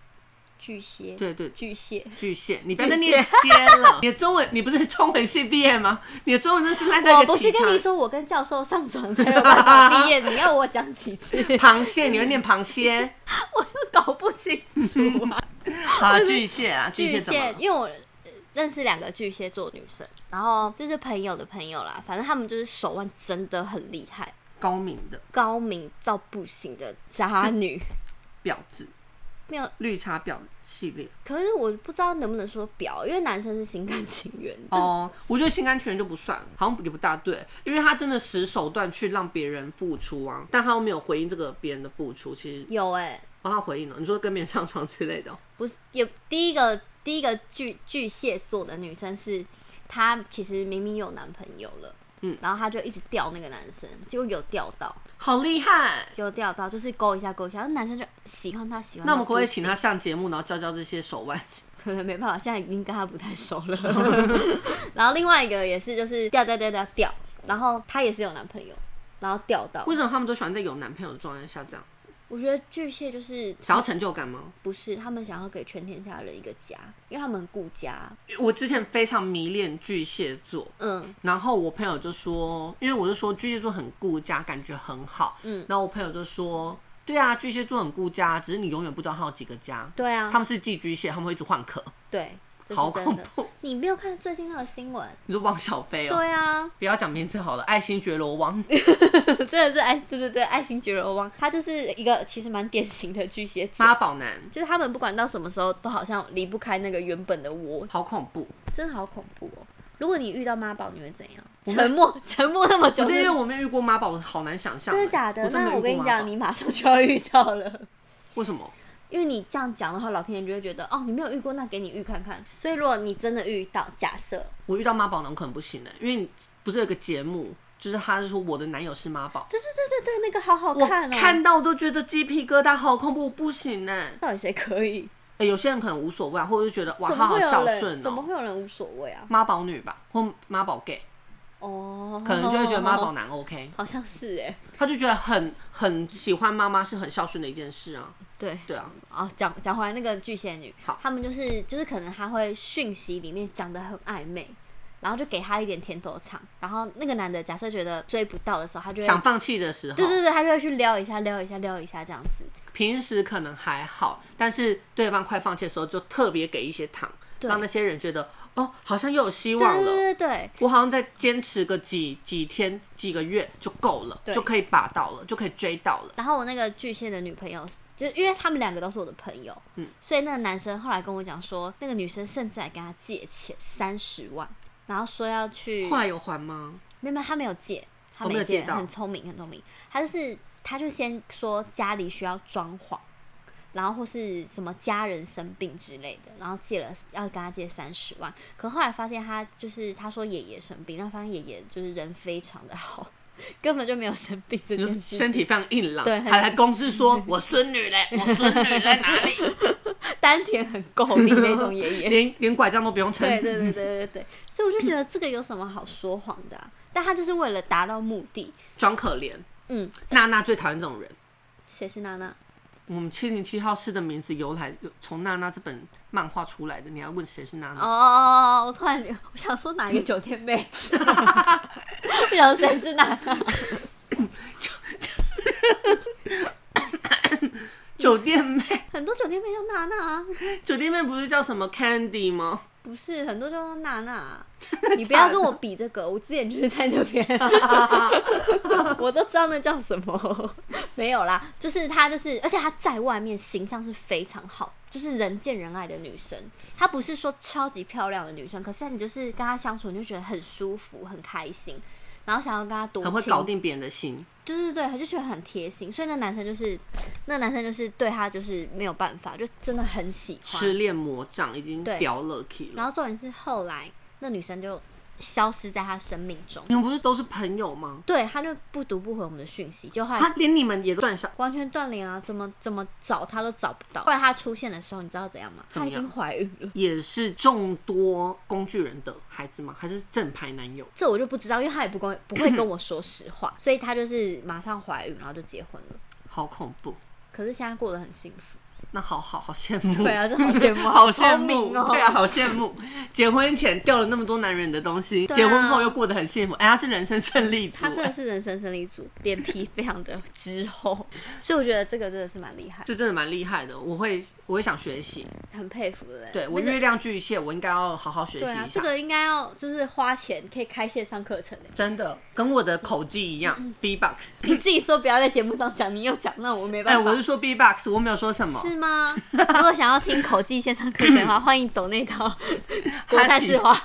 Speaker 1: 巨蟹，
Speaker 2: 对对，
Speaker 1: 巨蟹，
Speaker 2: 巨蟹，你不要再念蝎了。你的中文，你不是中文系毕业吗？你的中文真是烂到
Speaker 1: 我
Speaker 2: 一个
Speaker 1: 哦不
Speaker 2: 奇
Speaker 1: 是跟你
Speaker 2: 葩。
Speaker 1: 说我跟教授上床才有办法 毕业，你要我讲几次，
Speaker 2: 螃蟹，你会念螃 蟹？
Speaker 1: 我就搞不清楚啊。
Speaker 2: 好啊，巨蟹啊，巨蟹
Speaker 1: 巨
Speaker 2: 怎么
Speaker 1: 蟹，
Speaker 2: 了？
Speaker 1: 因为我呃认识两个巨蟹座女生，然后这是朋友的朋友啦，反正他们就是手腕真的很厉害，
Speaker 2: 高明的
Speaker 1: 高明到不行的渣女。
Speaker 2: 婊子，
Speaker 1: 没有，
Speaker 2: 绿茶婊系列。
Speaker 1: 可是我不知道能不能说表，因为男生是心甘情愿，就是
Speaker 2: 哦，我觉得心甘情愿就不算，好像也不大对，因为他真的使手段去让别人付出啊，但他又没有回应这个别人的付出，其实
Speaker 1: 有哎、
Speaker 2: 哦，他回应了，你说跟别人上床之类的哦，
Speaker 1: 不是也第一个第一个巨巨蟹座的女生是，她其实明明有男朋友了，
Speaker 2: 嗯，
Speaker 1: 然后她就一直钓那个男生，结果有钓到，
Speaker 2: 好厉害！
Speaker 1: 有钓到，就是勾一下勾一下，那男生就喜欢她喜欢。
Speaker 2: 那我们可不可以请？他上节目，然后教教这些手腕？
Speaker 1: 可能没办法，现在已经跟她不太熟了。然后另外一个也是，就是钓钓钓钓钓，然后她也是有男朋友，然后钓到。
Speaker 2: 为什么他们都喜欢在有男朋友的状态下这样？
Speaker 1: 我觉得巨蟹就是
Speaker 2: 想要成就感吗？
Speaker 1: 不是他们想要给全天下人一个家，因为他们很顾家。
Speaker 2: 我之前非常迷恋巨蟹座，
Speaker 1: 嗯，
Speaker 2: 然后我朋友就说，因为我就说巨蟹座很顾家，感觉很好。
Speaker 1: 嗯，
Speaker 2: 然后我朋友就说，对啊，巨蟹座很顾家，只是你永远不知道他有几个家。
Speaker 1: 对啊，
Speaker 2: 他们是寄居蟹，他们会一直换壳，
Speaker 1: 对，这
Speaker 2: 好
Speaker 1: 是真
Speaker 2: 恐
Speaker 1: 的。
Speaker 2: 怖。
Speaker 1: 你没有看最近那个新闻？
Speaker 2: 你说汪小菲哦，
Speaker 1: 对啊，
Speaker 2: 不要讲名字好了，爱新觉罗汪。
Speaker 1: 真的是爱，对对对，爱新觉罗汪，他就是一个其实蛮典型的巨蟹座，
Speaker 2: 妈宝男，
Speaker 1: 就是他们不管到什么时候都好像离不开那个原本的窝，
Speaker 2: 好恐怖。
Speaker 1: 真的好恐怖哦。如果你遇到妈宝，你会怎样？沉默，沉默那么久
Speaker 2: 不
Speaker 1: 是不
Speaker 2: 是因
Speaker 1: 是，
Speaker 2: 为我没有遇过妈宝，我好难想象欸。
Speaker 1: 真的假的？
Speaker 2: 我真的
Speaker 1: 那我跟你
Speaker 2: 遇过妈宝
Speaker 1: 讲，你马上就要遇到了。
Speaker 2: 为什么？
Speaker 1: 因为你这样讲的话，老天爷就会觉得哦，你没有遇过，那给你遇看看。所以如果你真的遇到，假设
Speaker 2: 我遇到妈宝男我可能不行呢、欸因为你不是有个节目，就是他是说我的男友是妈宝，
Speaker 1: 对对对对对，那个好好
Speaker 2: 我
Speaker 1: 看哦，
Speaker 2: 看到我都觉得鸡皮疙瘩，好恐怖，我不行欸呢、
Speaker 1: 到底谁可以？
Speaker 2: 欸有些人可能无所谓啊，或者就觉得哇，
Speaker 1: 怎
Speaker 2: 他
Speaker 1: 么
Speaker 2: 好
Speaker 1: 会有
Speaker 2: 孝
Speaker 1: 人？
Speaker 2: 顺
Speaker 1: 怎么
Speaker 2: 哦、
Speaker 1: 会有人无所谓啊？
Speaker 2: 妈宝女吧，或妈宝 gay，
Speaker 1: 哦，
Speaker 2: 可能就会觉得妈宝男 OK，
Speaker 1: 好像是哎、
Speaker 2: 他就觉得很很喜欢妈妈是很孝顺的一件事啊。
Speaker 1: 对
Speaker 2: 对啊，
Speaker 1: 哦，讲讲回来那个巨蟹女，
Speaker 2: 好
Speaker 1: 他们就是就是可能他会讯息里面讲的很暧昧，然后就给他一点甜头尝，然后那个男的假设觉得追不到的时候，他就
Speaker 2: 想
Speaker 1: 会。
Speaker 2: 放弃的时候，
Speaker 1: 对对对，他就会去撩一下，撩一下，撩一下这样子。
Speaker 2: 平时可能还好，但是对方快放弃的时候，就特别给一些糖，
Speaker 1: 对
Speaker 2: 让那些人觉得哦，好像又有希
Speaker 1: 对
Speaker 2: 望
Speaker 1: 对
Speaker 2: 了。
Speaker 1: 对对对，
Speaker 2: 我好像再坚持个几几天、几个月就够了，
Speaker 1: 对
Speaker 2: 就可以把到了，就可以追到了。
Speaker 1: 然后我那个巨蟹的女朋友，就是因为他们两个都是我的朋友，
Speaker 2: 嗯
Speaker 1: 所以那个男生后来跟我讲说，那个女生甚至还跟他借钱三十万，然后说要去，
Speaker 2: 后来有还吗？
Speaker 1: 没有没有，他没有借，他
Speaker 2: 哦没有
Speaker 1: 借，
Speaker 2: 借到
Speaker 1: 很聪明，很聪明。他就是他就先说家里需要装潢，然后或是什么家人生病之类的，然后借了要跟他借三十万，可后来发现他就是他说爷爷生病，然后发现爷爷就是人非常的好， 根本就没有生病这
Speaker 2: 你
Speaker 1: 件事
Speaker 2: 说
Speaker 1: 情。
Speaker 2: 身体非常硬朗，
Speaker 1: 对很嗯
Speaker 2: 还来公司说我孙女嘞，我孙女在哪 里？
Speaker 1: 丹田很够力那种爷 爷。
Speaker 2: 连连拐杖都不用撑
Speaker 1: 对。对对对对对，所以我就觉得这个有什么好说谎的啊、但他就是为了达到目的。
Speaker 2: 装可怜。
Speaker 1: 嗯，
Speaker 2: 娜娜最讨厌这种人。
Speaker 1: 谁是娜娜？
Speaker 2: 我们七零七号室的名字由来有从娜娜这本漫画出来的，你要问谁是娜
Speaker 1: 哦哦
Speaker 2: 娜？
Speaker 1: 哦，哦我突然我想说哪一个酒店妹， 不晓得谁是娜娜。
Speaker 2: 酒店妹，
Speaker 1: 很多酒店妹叫娜娜啊，啊
Speaker 2: 酒店妹不是叫什么 Candy 吗？
Speaker 1: 不是很多就说娜 娜，你不要跟我比这个，我之前就是在那边， 我都知道那叫什么。 没有啦，就是她就是，而且她在外面形象是非常好，就是人见人爱的女生。她不是说超级漂亮的女生，可是你就是跟她相处，你就觉得很舒服、很开心，然后想要跟她多
Speaker 2: 很会
Speaker 1: 亲
Speaker 2: 搞定别人的心。
Speaker 1: 对对对，他就觉得很贴心，所以那男生就是，那男生就是对他就是没有办法，就真的很喜
Speaker 2: 失
Speaker 1: 欢。
Speaker 2: 恋魔杖已经
Speaker 1: 对
Speaker 2: 掉了 key
Speaker 1: 然
Speaker 2: 了。
Speaker 1: 后重点是后来那女生就消失在他生命中，
Speaker 2: 你们不是都是朋友吗？
Speaker 1: 对，他就不读不回我们的讯息，就后来
Speaker 2: 他连你们也断上，
Speaker 1: 完全断联啊，怎么怎么找他都找不到。后来他出现的时候，你知道怎样吗？
Speaker 2: 怎
Speaker 1: 他
Speaker 2: 么
Speaker 1: 已
Speaker 2: 样
Speaker 1: 经怀孕了，
Speaker 2: 也是众多工具人的孩子吗？还是正牌男友？
Speaker 1: 这我就不知道，因为他也不跟不会跟我说实话， 所以他就是马上怀孕，然后就结婚了。
Speaker 2: 好恐怖！
Speaker 1: 可是现在过得很幸福，
Speaker 2: 那好好好羡慕，
Speaker 1: 对啊这好羡 慕
Speaker 2: 好羡
Speaker 1: 好聪
Speaker 2: 慕
Speaker 1: 明，哦
Speaker 2: 对啊，好羡慕。结婚前掉了那么多男人的东西，
Speaker 1: 对啊
Speaker 2: 结婚后又过得很幸福，哎，他是人生胜利组
Speaker 1: 他，真
Speaker 2: 哎
Speaker 1: 的是人生胜利组，脸皮非常 的之厚，所以我觉得这个真的是蛮厉害，
Speaker 2: 这真的蛮厉害的，我会我会想学习。
Speaker 1: 很佩服的人。
Speaker 2: 对我
Speaker 1: 那
Speaker 2: 月
Speaker 1: 个
Speaker 2: 亮巨蟹，我应该要好好学习
Speaker 1: 对啊
Speaker 2: 一，
Speaker 1: 这
Speaker 2: 下。。
Speaker 1: 个应该要就是花钱可以开线上课程的
Speaker 2: 真的跟我的口技一
Speaker 1: 嗯
Speaker 2: 样，B box。
Speaker 1: 你自己说不要在节目上讲，你又讲，那我没
Speaker 2: 哎，
Speaker 1: 办法。
Speaker 2: 我是说 B box，我没有说什么。
Speaker 1: 是吗？如果想要听口技线上课程的 话，欢迎抖那个国泰世华，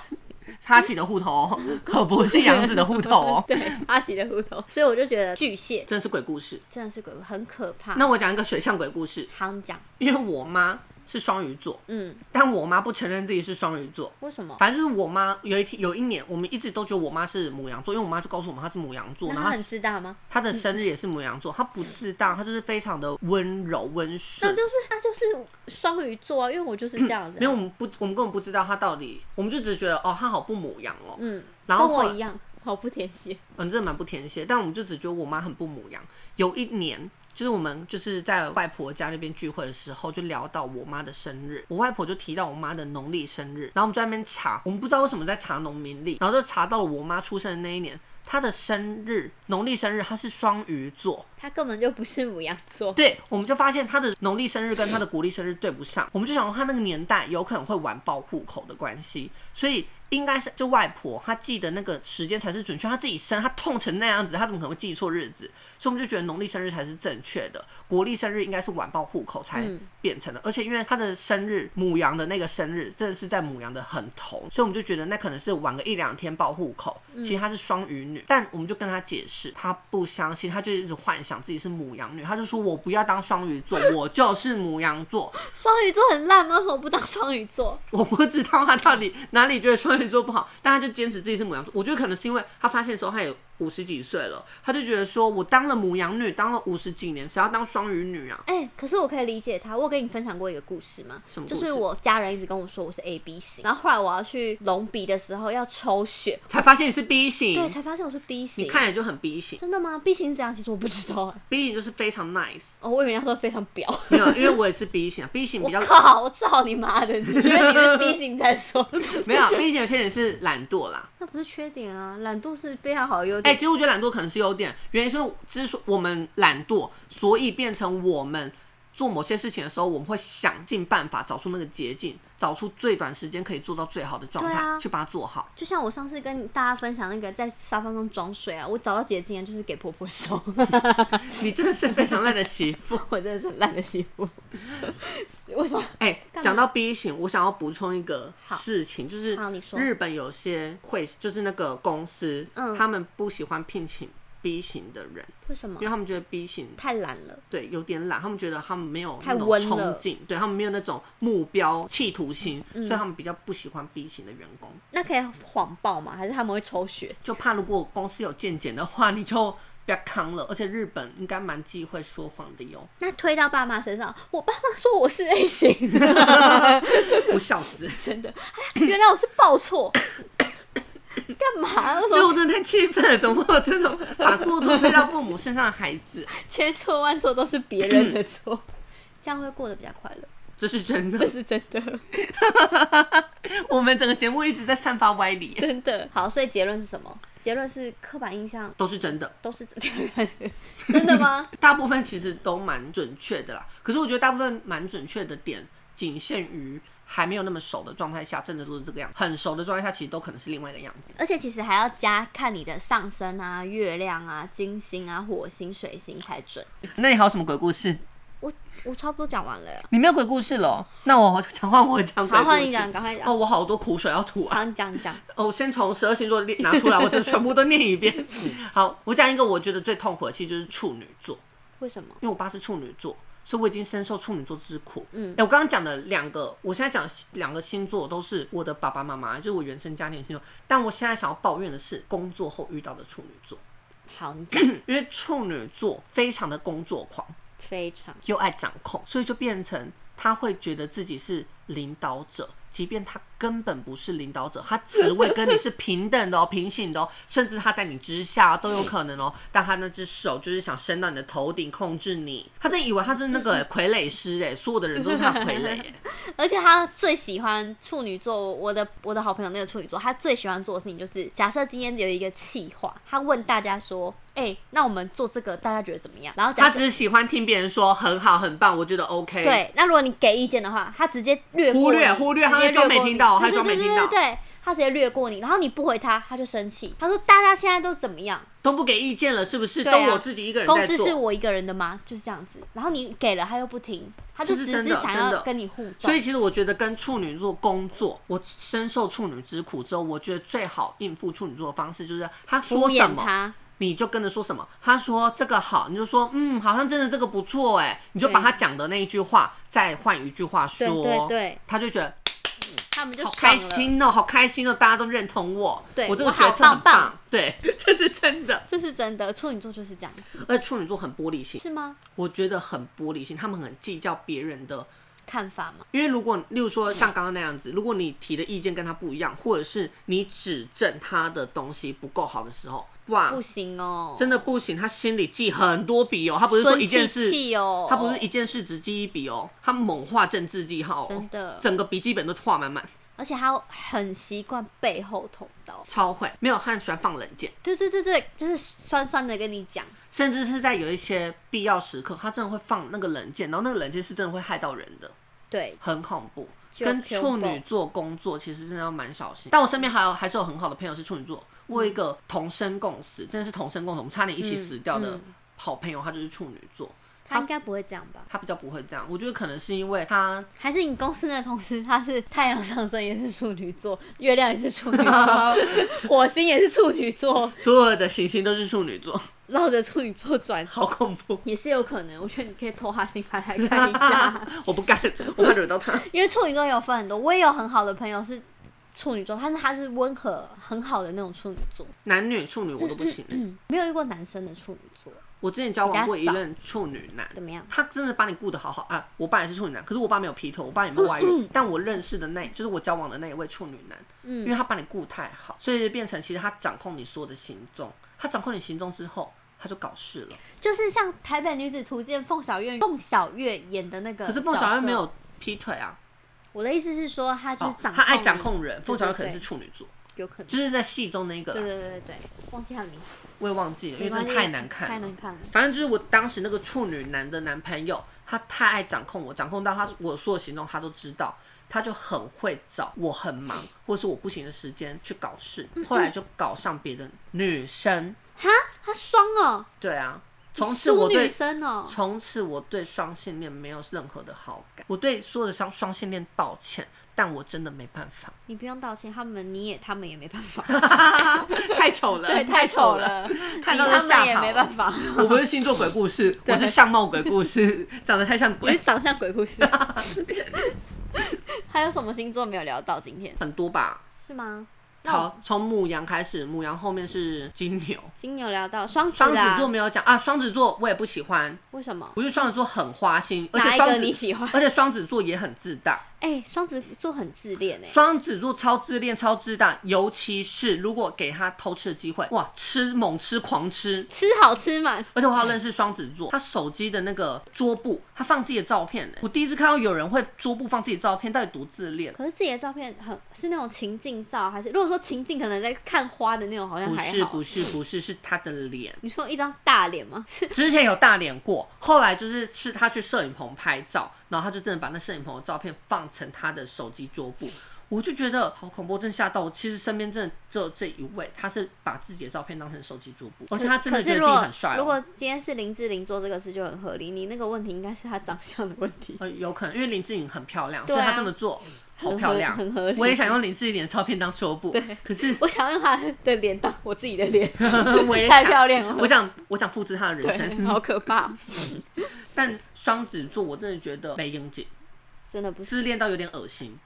Speaker 2: 插起的户 头哦，可不是杨子的户头哦，
Speaker 1: 对阿奇的户头。所以我就觉得巨蟹
Speaker 2: 真的是鬼故事。
Speaker 1: 真的是鬼，很可怕。
Speaker 2: 那我讲一个水象鬼故事，
Speaker 1: 好，你讲，
Speaker 2: 因为我妈是双鱼座，
Speaker 1: 嗯，
Speaker 2: 但我妈不承认自己是双鱼座。
Speaker 1: 为什么？
Speaker 2: 反正就是我妈有一天有一年，我们一直都觉得我妈是母羊座，因为我妈就告诉我们她是母羊座，
Speaker 1: 那
Speaker 2: 然
Speaker 1: 他
Speaker 2: 后她
Speaker 1: 很嗯知道吗？
Speaker 2: 她的生日也是母羊座，她不知道，她就是非常的温柔温
Speaker 1: 那
Speaker 2: 顺。
Speaker 1: 就是他就是双鱼座啊，因为我
Speaker 2: 嗯
Speaker 1: 就是这样子啊、
Speaker 2: 因为我们不，我们根本不知道她到底，我们就只是觉得哦，她好不母羊哦，
Speaker 1: 嗯，
Speaker 2: 然后
Speaker 1: 跟
Speaker 2: 后来
Speaker 1: 我一样，好不甜 心。
Speaker 2: 嗯，真的蛮不天蝎，但我们就只觉得我妈很不母羊。有一年，就是我们就是在外婆家那边聚会的时候，就聊到我妈的生日，我外婆就提到我妈的农历生日，然后我们就在那边查，我们不知道为什么在查农民历，然后就查到了我妈出生的那一年，她的生日，农历生日她是双鱼座，
Speaker 1: 他根本就不是母羊座，
Speaker 2: 对，我们就发现她的农历生日跟她的国历生日对不上，我们就想说她那个年代有可能会晚报户口的关系，所以应该是就外婆她记得那个时间才是准确，她自己生她痛成那样子，她怎么可能会记错日子？所以我们就觉得农历生日才是正确的，国历生日应该是晚报户口才变成的。而且因为她的生日母羊的那个生日真的是在母羊的很头，所以我们就觉得那可能是晚个一两天报户口。其实她是双鱼女，但我们就跟她解释，她不相信，她就一直幻想自己是母羊女，她就说我不要当双鱼座，我就是母羊座。
Speaker 1: 双鱼座很烂吗？我不当双鱼座，
Speaker 2: 我不知道他到底哪里觉得双鱼座不好，但他就坚持自己是母羊座。我觉得可能是因为他发现的时候，他也五十几岁了，他就觉得说我当了母羊女，当了五十几年，谁要当双鱼女啊？
Speaker 1: 哎、可是我可以理解他。我有跟你分享过一个故事吗？
Speaker 2: 什么故
Speaker 1: 就
Speaker 2: 事
Speaker 1: 是我家人一直跟我说我是 A B 型，然后后来我要去隆鼻的时候要抽血，
Speaker 2: 才发现你是 B
Speaker 1: 对，
Speaker 2: 型，
Speaker 1: 才发现我是 B 型。
Speaker 2: 嗯你看起来就很 B 型
Speaker 1: 真的吗？B 型是怎样？其实我不知道、哎
Speaker 2: ，B 型就是非常 nice。
Speaker 1: 哦，我以为人家说非常 婊。
Speaker 2: 没有，因为我也是 B 型啊，B 型
Speaker 1: 我
Speaker 2: 比较
Speaker 1: 靠！我操你妈的！你因为你是 B 型再 说，
Speaker 2: 没有 B 型有些人是懒惰啦。
Speaker 1: 那不是缺点啊，懒惰是非常好的优
Speaker 2: 哎、
Speaker 1: 点。
Speaker 2: 其实我觉得懒惰可能是优点，原因是之所我们懒惰，所以变成我们做某些事情的时候，我们会想尽办法找出那个捷径，找出最短时间可以做到最好的状态、
Speaker 1: 对啊
Speaker 2: 去把它做好。
Speaker 1: 就像我上次跟大家分享那个在沙发上装水啊，我找到捷径啊就是给婆婆收。
Speaker 2: 你真的是非常烂的媳妇。
Speaker 1: 我真的是很烂的媳 妇。为什么？
Speaker 2: 哎、
Speaker 1: 干嘛
Speaker 2: 讲到 B 型，我想要补充一个
Speaker 1: 好
Speaker 2: 事情，就是
Speaker 1: 好你说
Speaker 2: 日本有些会就是那个公司，
Speaker 1: 嗯
Speaker 2: 他们不喜欢聘请 B 型的人，
Speaker 1: 为什么
Speaker 2: 因为？他们觉得 B 型
Speaker 1: 太懒了。
Speaker 2: 对，有点懒，他们觉得他们没有那
Speaker 1: 太
Speaker 2: 种
Speaker 1: 温
Speaker 2: 冲
Speaker 1: 了嗯
Speaker 2: 劲，对他们没有那种目标企图心，所以他们比较不喜欢 B 型的员工，
Speaker 1: 那可以谎报吗？还是他们会抽血？
Speaker 2: 就怕如果公司有见检的话，你就不要扛了。而且日本应该蛮忌讳说谎的 哟，
Speaker 1: 那推到爸妈身上，我爸妈说我是 A 型，
Speaker 2: 不孝子。
Speaker 1: 真的，哎呀原来我是报 错，干嘛？为什么
Speaker 2: 因为哎我真的太气愤了，怎么会有这种把过错推到父母身上的孩子？
Speaker 1: 千错万错都是别人的错？ 这样会过得比较快乐，
Speaker 2: 这是真
Speaker 1: 这
Speaker 2: 的。
Speaker 1: 是真的，
Speaker 2: 我们整个节目一直在散发歪理，
Speaker 1: 真的。好，所以结论是什么？结论是刻板印象
Speaker 2: 都是真的。
Speaker 1: 都是 真的吗？
Speaker 2: 大部分其实都蛮准确的啦，可是我觉得大部分蛮准确的点仅限于还没有那么熟的状态下，真的都是这个样子；很熟的状态下，其实都可能是另外一个样子。
Speaker 1: 而且其实还要加看你的上升啊、月亮啊、金星啊、火星、水星才准。
Speaker 2: 那你还有什么鬼故事？
Speaker 1: 我我差不多讲完了耶，
Speaker 2: 你没有鬼故事了哦？那我讲话我讲鬼
Speaker 1: 好，
Speaker 2: 故
Speaker 1: 换你讲，
Speaker 2: 事。
Speaker 1: 赶快讲，
Speaker 2: 哦，我好多苦水要吐啊！
Speaker 1: 好，你讲你讲。
Speaker 2: 哦，我先从十二星座列拿出来，我真的全部都念一 遍。好，我讲一个我觉得最痛苦的，其实就是处女座。
Speaker 1: 为什么？
Speaker 2: 因为我爸是处女座，所以我已经深受处女座之苦。嗯，
Speaker 1: 嗯
Speaker 2: 哎、我刚刚讲的两个，我现在讲两个星座都是我的爸爸妈妈，就是我原生家庭的星座。但我现在想要抱怨的是工作后遇到的处女座，嗯
Speaker 1: 好，你讲
Speaker 2: 因为处女座非常的工作狂，
Speaker 1: 非常
Speaker 2: 又爱掌控，所以就变成他会觉得自己是领导者。即便他根本不是领导者，他职位跟你是平等的哦， 平行的哦，甚至他在你之下都有可能哦。但他那只手就是想伸到你的头顶控制你，他真以为他是那个傀儡师哎，所有的人都是他的傀儡 哎。
Speaker 1: 而且他最喜欢处女座，我的我的好朋友那个处女座，他最喜欢做的事情就是，假设今天有一个企划，他问大家说，哎、那我们做这个，大家觉得怎么样？然后假
Speaker 2: 他
Speaker 1: 设
Speaker 2: 只是喜欢听别人说很好很棒，我觉得 OK。，
Speaker 1: 对，那如果你给意见的话，他直接略过
Speaker 2: 忽略
Speaker 1: 你
Speaker 2: 忽略
Speaker 1: 直接
Speaker 2: 他会装没
Speaker 1: 过你
Speaker 2: 听到
Speaker 1: 对
Speaker 2: 他会装
Speaker 1: 对
Speaker 2: 没
Speaker 1: 对
Speaker 2: 听到
Speaker 1: 对对对他直接略过你，然后你不回他，他就生气，他说大家现在都怎么样？
Speaker 2: 都不给意见了，是不是？
Speaker 1: 对
Speaker 2: 都
Speaker 1: 啊
Speaker 2: 我自己一个人
Speaker 1: 公
Speaker 2: 在
Speaker 1: 司
Speaker 2: 做。
Speaker 1: 是我一个人的吗？就是这样子，然后你给了他又不听，他就
Speaker 2: 这是
Speaker 1: 只
Speaker 2: 真
Speaker 1: 是
Speaker 2: 的
Speaker 1: 想
Speaker 2: 真的
Speaker 1: 要跟你互动，
Speaker 2: 所以其实我觉得跟处女座工作，我深受处女之苦之后，我觉得最好应付处女座的方式就是他
Speaker 1: 敷
Speaker 2: 说什
Speaker 1: 衍
Speaker 2: 么
Speaker 1: 他。
Speaker 2: 你就跟着说什么。他说这个好，你就说嗯，好像真的这个不错哎，你就把他讲的那一句话再换一句话说，
Speaker 1: 对对对，
Speaker 2: 他就觉得
Speaker 1: 他们就
Speaker 2: 好
Speaker 1: 爽
Speaker 2: 开
Speaker 1: 了。
Speaker 2: 心哦，好开心哦，大家都认同我，
Speaker 1: 对
Speaker 2: 我这个
Speaker 1: 我好
Speaker 2: 决策很
Speaker 1: 棒棒
Speaker 2: 对， 这是真的。
Speaker 1: 这是真的，处女座就是这样，
Speaker 2: 而处女座很玻璃心，
Speaker 1: 是吗？
Speaker 2: 我觉得很玻璃心，他们很计较别人的
Speaker 1: 看法吗？
Speaker 2: 因为如果例如说像刚刚那样子，如果你提的意见跟他不一样，或者是你指正他的东西不够好的时候，哇
Speaker 1: 不，行哦，
Speaker 2: 真的不行，他心里记很多笔哦，他不是说
Speaker 1: 孙
Speaker 2: 一件
Speaker 1: 气
Speaker 2: 事。
Speaker 1: 气哦，
Speaker 2: 他不是一件事只记一笔哦，他猛画政治记号、哦，
Speaker 1: 真的
Speaker 2: 整个笔记本都画满满，
Speaker 1: 而且他很习惯背后捅刀，
Speaker 2: 超会。没有，他很喜欢放冷箭，
Speaker 1: 对对对对，就是酸酸的跟你讲，
Speaker 2: 甚至是在有一些必要时刻，他真的会放那个冷箭，然后那个冷箭是真的会害到人的。
Speaker 1: 对，
Speaker 2: 很恐怖。
Speaker 1: 就
Speaker 2: 跟
Speaker 1: 全
Speaker 2: 处
Speaker 1: 部
Speaker 2: 女座工作其实真的要蛮小心，但我身边还有还是有很好的朋友是处女座，
Speaker 1: 嗯
Speaker 2: 我有一个同生共死，真的是同生共死，我们差点一起死掉
Speaker 1: 嗯
Speaker 2: 的好朋友，他就是处女座，
Speaker 1: 他应该不会这样吧？
Speaker 2: 他比较不会这样，我觉得可能是因为 他
Speaker 1: 还是你公司那个同事，他是太阳上升也是处女座，月亮也是处女 座，火星也是处女座，
Speaker 2: 所有的行星都是处女座，
Speaker 1: 绕着处女座转，
Speaker 2: 好恐怖，
Speaker 1: 也是有可能。我觉得你可以偷他星盘来看一下。
Speaker 2: 我不敢，我怕惹到他。
Speaker 1: 因为处女座也有分很多，我也有很好的朋友是处女座，但是他是温和很好的那种处女座，
Speaker 2: 男女处女我都不行、
Speaker 1: 嗯，没有遇过男生的处女座，
Speaker 2: 我之前交往过一
Speaker 1: 比较少
Speaker 2: 任处女男，
Speaker 1: 怎么样？
Speaker 2: 他真的把你顾得好好啊！我爸也是处女男，可是我爸没有劈头，我爸也没有外遇。
Speaker 1: 嗯
Speaker 2: 但我认识的那，就是我交往的那一位处女男，
Speaker 1: 嗯
Speaker 2: 因为他把你顾太好，所以变成其实他掌控你所有的行踪。他掌控你行踪之后，他就搞事了。
Speaker 1: 就是像《台北女子图鉴》凤小岳，凤小岳演的那个，
Speaker 2: 可是凤小岳没。有劈腿啊，
Speaker 1: 我的意思是说，他就是
Speaker 2: 哦
Speaker 1: 掌控、
Speaker 2: 他爱掌，控人。
Speaker 1: 对
Speaker 2: 凤小岳可能
Speaker 1: 对
Speaker 2: 是处女座，
Speaker 1: 有可能。
Speaker 2: 就是在戏中那一个
Speaker 1: 对
Speaker 2: 啦，
Speaker 1: 对对对对，忘记他的名字，
Speaker 2: 我也忘记了，因为
Speaker 1: 没关
Speaker 2: 真
Speaker 1: 系
Speaker 2: 的太难看
Speaker 1: 太
Speaker 2: 了
Speaker 1: 难。看了。
Speaker 2: 反正就是我当时那个处女男的男朋友，他太爱掌控我，掌控到他我所有行动他都知道，他就很会找我很忙或是我不行的时间去搞事，
Speaker 1: 嗯
Speaker 2: 后来就搞上别的女生。
Speaker 1: 哈，他双哦，
Speaker 2: 对啊，从此我
Speaker 1: 淑女
Speaker 2: 对
Speaker 1: 生哦，
Speaker 2: 从此我对双性恋没有任何的好感，我对所有的双双性恋抱歉，但我真的没办 法，
Speaker 1: 你不用道歉，他们你也他们也没办 法，
Speaker 2: 太丑了，
Speaker 1: 对，太丑，了，
Speaker 2: 看
Speaker 1: 你
Speaker 2: 到就
Speaker 1: 他
Speaker 2: 吓
Speaker 1: 们也
Speaker 2: 跑
Speaker 1: 没
Speaker 2: 了
Speaker 1: 办法。
Speaker 2: 我不是星座鬼故 事，我是相貌鬼故事，长得太像
Speaker 1: 我
Speaker 2: 鬼
Speaker 1: 是。长相鬼故事。 还有什么星座没有聊到？今天
Speaker 2: 很多吧，
Speaker 1: 是吗？那
Speaker 2: 好，从母羊开始，母羊后面是金牛，
Speaker 1: 金牛聊到双子
Speaker 2: 双
Speaker 1: 啦，
Speaker 2: 子座没有讲啊，双子座我也不喜欢，
Speaker 1: 为什么？
Speaker 2: 我觉得双子座很花心，而且
Speaker 1: 哪一
Speaker 2: 双
Speaker 1: 个
Speaker 2: 子
Speaker 1: 你喜欢？
Speaker 2: 而且双子座也很自大，
Speaker 1: 哎、双子座很自恋哎、
Speaker 2: 双子座超自恋、超自大，尤其是如果给他偷吃的机会，哇，吃猛吃狂吃。
Speaker 1: 吃好吃嘛，
Speaker 2: 而且我还有认识双子座，他手机的那个桌布，他放自己的照片欸呢。我第一次看到有人会桌布放自己的照片，到底多自恋？
Speaker 1: 可是自己的照片很是那种情境照，还是如果说情境可能在看花的那种，好像
Speaker 2: 不
Speaker 1: 还
Speaker 2: 是
Speaker 1: 好。
Speaker 2: 不是不是，是他的脸。
Speaker 1: 你说一张大脸 吗？是
Speaker 2: 之前有大脸过，后来就是是他去摄影棚拍照，然后他就真的把那摄影棚的照片放成他的手机桌布，我就觉得好恐怖，真吓到我。其实身边真的只有这一位，他是把自己的照片当成手机桌布，而且他真的
Speaker 1: 可
Speaker 2: 觉
Speaker 1: 是
Speaker 2: 得
Speaker 1: 如
Speaker 2: 自己
Speaker 1: 果
Speaker 2: 很帅、
Speaker 1: 如
Speaker 2: 哦。
Speaker 1: 果今天是林志玲做这个事就很合理，你那个问题应该是她长相的问题。
Speaker 2: 呃，有可能因为林志颖很漂亮，
Speaker 1: 对
Speaker 2: 所
Speaker 1: 啊
Speaker 2: 以她这么做好漂亮，
Speaker 1: 很合理
Speaker 2: 我也想用林志颖的照片当桌布，可 是
Speaker 1: 我想用她的脸当我自己的 脸，
Speaker 2: 我也
Speaker 1: 太
Speaker 2: 想
Speaker 1: 漂亮了
Speaker 2: 我想我想复制她的人
Speaker 1: 对，
Speaker 2: 生。
Speaker 1: 好可 怕，
Speaker 2: 但双子座我真的觉得没应景，
Speaker 1: 真的不是。
Speaker 2: 自恋到有点恶心。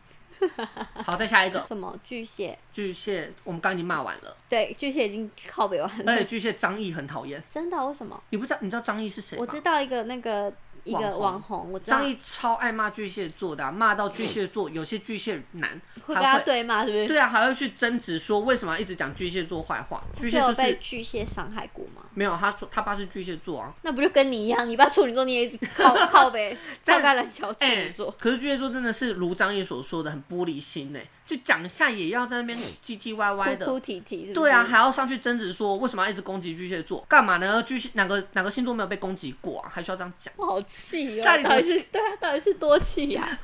Speaker 2: 好，再下一个
Speaker 1: 什么巨蟹？
Speaker 2: 巨蟹，我们刚刚已经骂完了，
Speaker 1: 对，巨蟹已经靠北完
Speaker 2: 而
Speaker 1: 了
Speaker 2: 且。巨蟹张毅很讨厌，
Speaker 1: 真的？为什么？
Speaker 2: 你不知道你知道张毅是谁
Speaker 1: 我
Speaker 2: 吗？
Speaker 1: 知道一个那个一个网
Speaker 2: 网
Speaker 1: 红，我知道
Speaker 2: 张毅超爱骂巨蟹座的啊、骂到巨蟹座有些巨蟹男
Speaker 1: 会跟
Speaker 2: 还
Speaker 1: 他
Speaker 2: 会
Speaker 1: 对骂，是不是？
Speaker 2: 对啊，还会去争执说为什么要一直讲巨蟹座坏话？巨蟹
Speaker 1: 有
Speaker 2: 就
Speaker 1: 被
Speaker 2: 是
Speaker 1: 巨蟹伤害过吗？
Speaker 2: 没有，他说他爸是巨蟹座啊。
Speaker 1: 那不就跟你一样，你爸处女座，你也一直 靠靠呗，照干篮球处女座。
Speaker 2: 哎可是巨蟹座真的是如张毅所说的很玻璃心呢、就讲一下也要在那边唧唧歪歪的。
Speaker 1: 哭哭啼啼是不是？
Speaker 2: 对啊，还要上去争执说为什么要一直攻击巨蟹座？干嘛呢？巨蟹哪个哪个星座没有被攻击过啊？还需要这样讲？
Speaker 1: 我好气哦！
Speaker 2: 到底多
Speaker 1: 到底是对啊，到底是多气呀、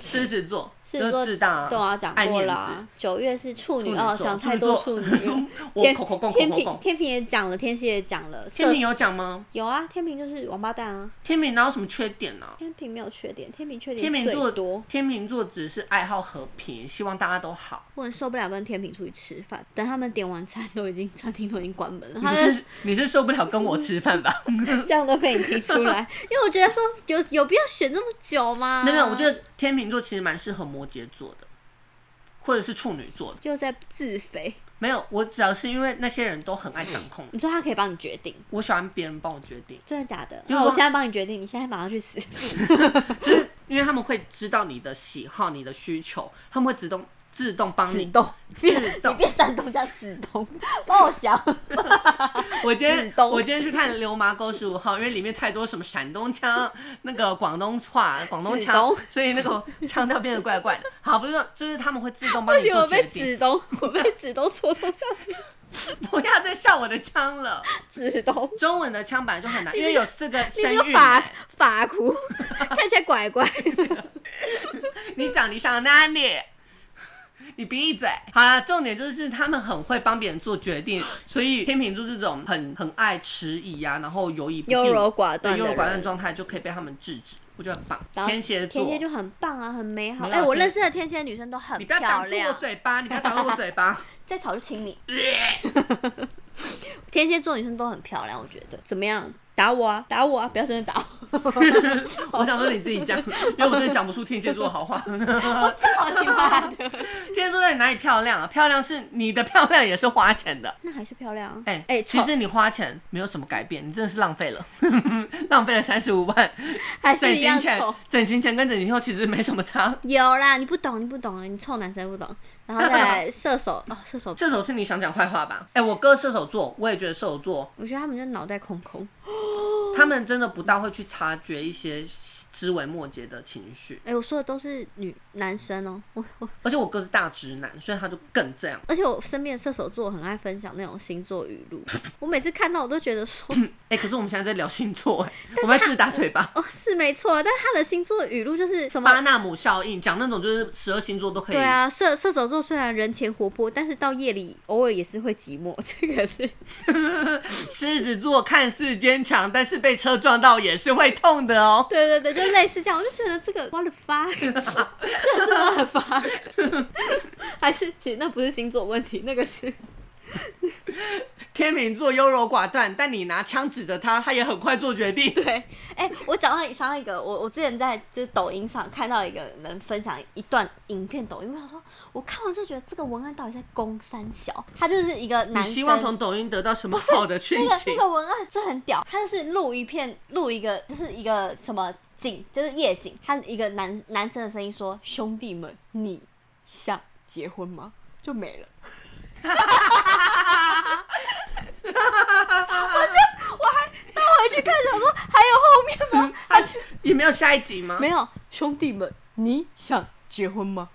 Speaker 2: 狮子座，
Speaker 1: 是
Speaker 2: 就是
Speaker 1: 说
Speaker 2: 自大、啊，
Speaker 1: 对啊，讲
Speaker 2: 爱
Speaker 1: 过
Speaker 2: 面
Speaker 1: 啦
Speaker 2: 子。。
Speaker 1: 九月是处女
Speaker 2: 处女
Speaker 1: 哦，
Speaker 2: 座
Speaker 1: 讲太多处
Speaker 2: 处
Speaker 1: 女 了。
Speaker 2: 我
Speaker 1: 天
Speaker 2: 口口供口
Speaker 1: 天
Speaker 2: 口
Speaker 1: 平
Speaker 2: 供。
Speaker 1: 天平也讲了，天蝎也讲了，
Speaker 2: 天
Speaker 1: 射
Speaker 2: 平有讲吗？
Speaker 1: 有啊，天平就是王八蛋啊，
Speaker 2: 天平哪有什么缺点呢、
Speaker 1: 天平没有缺点，天平缺点
Speaker 2: 天秤座
Speaker 1: 最多。
Speaker 2: 天秤座只是爱好和平，希望大家都好。
Speaker 1: 我很受不了跟天平出去吃饭，等他们点完餐都已经餐厅都已经关门了，他嗯
Speaker 2: 你
Speaker 1: 们
Speaker 2: 是你是受不了跟我吃饭 吧？
Speaker 1: 这样都被你提出 来，因为我觉得说有有必要选那么久吗？
Speaker 2: 没有，没有，我觉得天秤座其实蛮适合摩羯座的，或者是处女座的。
Speaker 1: 又在自肥。
Speaker 2: 没有，我只要是因为那些人都很爱掌控，
Speaker 1: 你说他可以帮你决定，
Speaker 2: 我喜欢别人帮我决定，
Speaker 1: 真的假的？
Speaker 2: 因为
Speaker 1: 那我
Speaker 2: 我
Speaker 1: 现在帮你决定，你现在马上去 死。
Speaker 2: 就是因为他们会知道你的喜好、你的需求，他们会自动自动帮你。
Speaker 1: 动，
Speaker 2: 自
Speaker 1: 你
Speaker 2: 动。
Speaker 1: 变山东叫子东，帮我想。
Speaker 2: 我今
Speaker 1: 自
Speaker 2: 天
Speaker 1: 动
Speaker 2: 我今天去看《流麻沟十五号》，因为里面太多什么山东腔、那个广东话、广东
Speaker 1: 自
Speaker 2: 腔
Speaker 1: 动，
Speaker 2: 所以那个腔调变得怪怪的。好，不是说就是他们会 自动帮你
Speaker 1: 我
Speaker 2: 做决
Speaker 1: 被
Speaker 2: 定。
Speaker 1: 子东，我被子东戳中像
Speaker 2: 不要再笑我的腔了，
Speaker 1: 子东，
Speaker 2: 中文的腔本来就很难，因为有四个
Speaker 1: 你
Speaker 2: 声
Speaker 1: 这个
Speaker 2: 韵
Speaker 1: 法
Speaker 2: 欸。
Speaker 1: 法哭， 看起来乖乖。
Speaker 2: 你讲你想哪里？ 你闭嘴！好啦，重点就是他们很会帮别人做决定，所以天秤座这种很很爱迟疑啊，然后犹疑不定、
Speaker 1: 优柔寡断
Speaker 2: 对
Speaker 1: 的
Speaker 2: 优柔寡断
Speaker 1: 人
Speaker 2: 的状态，就可以被他们制止，我觉得很棒。
Speaker 1: 然后
Speaker 2: 天蝎座，
Speaker 1: 天蝎就很棒啊，很美好。
Speaker 2: 没
Speaker 1: 哎、
Speaker 2: 有
Speaker 1: 我
Speaker 2: 天
Speaker 1: 认识的天蝎的女生都很
Speaker 2: 你不要
Speaker 1: 漂
Speaker 2: 挡住我
Speaker 1: 亮。
Speaker 2: 嘴巴，你不要挡住我 嘴巴。
Speaker 1: 再吵就亲你。天蝎座女生都很漂亮，我觉得怎么样？打我啊，打我啊！不要真的打我，
Speaker 2: 我想说你自己讲，因为我真的讲不出天蝎座的 好话。
Speaker 1: 我操你妈 的！
Speaker 2: 天蝎座在哪里漂亮啊？漂亮是你的漂亮，也是花钱的。
Speaker 1: 那还是漂亮啊！
Speaker 2: 哎、
Speaker 1: 哎
Speaker 2: 其实你花钱没有什么改变，你真的是浪费了， 浪费了三十五万。
Speaker 1: 还是
Speaker 2: 整
Speaker 1: 一
Speaker 2: 形
Speaker 1: 样
Speaker 2: 前
Speaker 1: 丑。、
Speaker 2: 整形前跟整形后其实没什么差。
Speaker 1: 有啦，你不懂，你不懂，啊你臭男生不懂。然后再来射 手哦，射手，
Speaker 2: 射手是你想讲坏话吧？哎、我哥射手座，我也觉得射手座，
Speaker 1: 我觉得他们就脑袋空空。
Speaker 2: 他们真的不大会去察觉一些枝微末节的情绪。
Speaker 1: 哎、我说的都是女男生哦，我我，
Speaker 2: 而且我哥是大直男，所以他就更这样。
Speaker 1: 而且我身边的射手座很爱分享那种星座语录，我每次看到我都觉得说，
Speaker 2: 哎、可是我们现在在聊星座、哎，我们在自打嘴巴。
Speaker 1: 哦，是没错啊，但是他的星座语录就是什么
Speaker 2: 巴纳姆效应讲那种就是十二星座都可以。
Speaker 1: 对啊，射射手座虽然人前活泼，但是到夜里偶尔也是会寂寞。 这个是
Speaker 2: 狮子座看似坚强，但是被车撞到也是会痛的哦。
Speaker 1: 对对对，就类似这样。我就觉得这个 what the fuck，这个 是 what the fuck，还是其实那不是星座问题，那个是
Speaker 2: 天秤座优柔寡断，但你拿枪指着他，他也很快做决定。
Speaker 1: 对，哎、我讲到想到一个，我我之前在就是抖音上看到一个人分享一段影片抖音，我想说，我看完就觉得这个文案到底在攻三小，他就是一个
Speaker 2: 你
Speaker 1: 男生，
Speaker 2: 希望从抖音得到什么好的讯
Speaker 1: 那个
Speaker 2: 息
Speaker 1: 那？个文案这很屌，他就是录一片，录一个就是一个什么景，就是夜景，他一个男男生的声音说：“兄弟们，你想结婚吗？”就没了。我就我还倒回去看，想说还有后面吗？
Speaker 2: 啊，也没有下一集吗？
Speaker 1: 没有，兄弟们，你想结婚吗？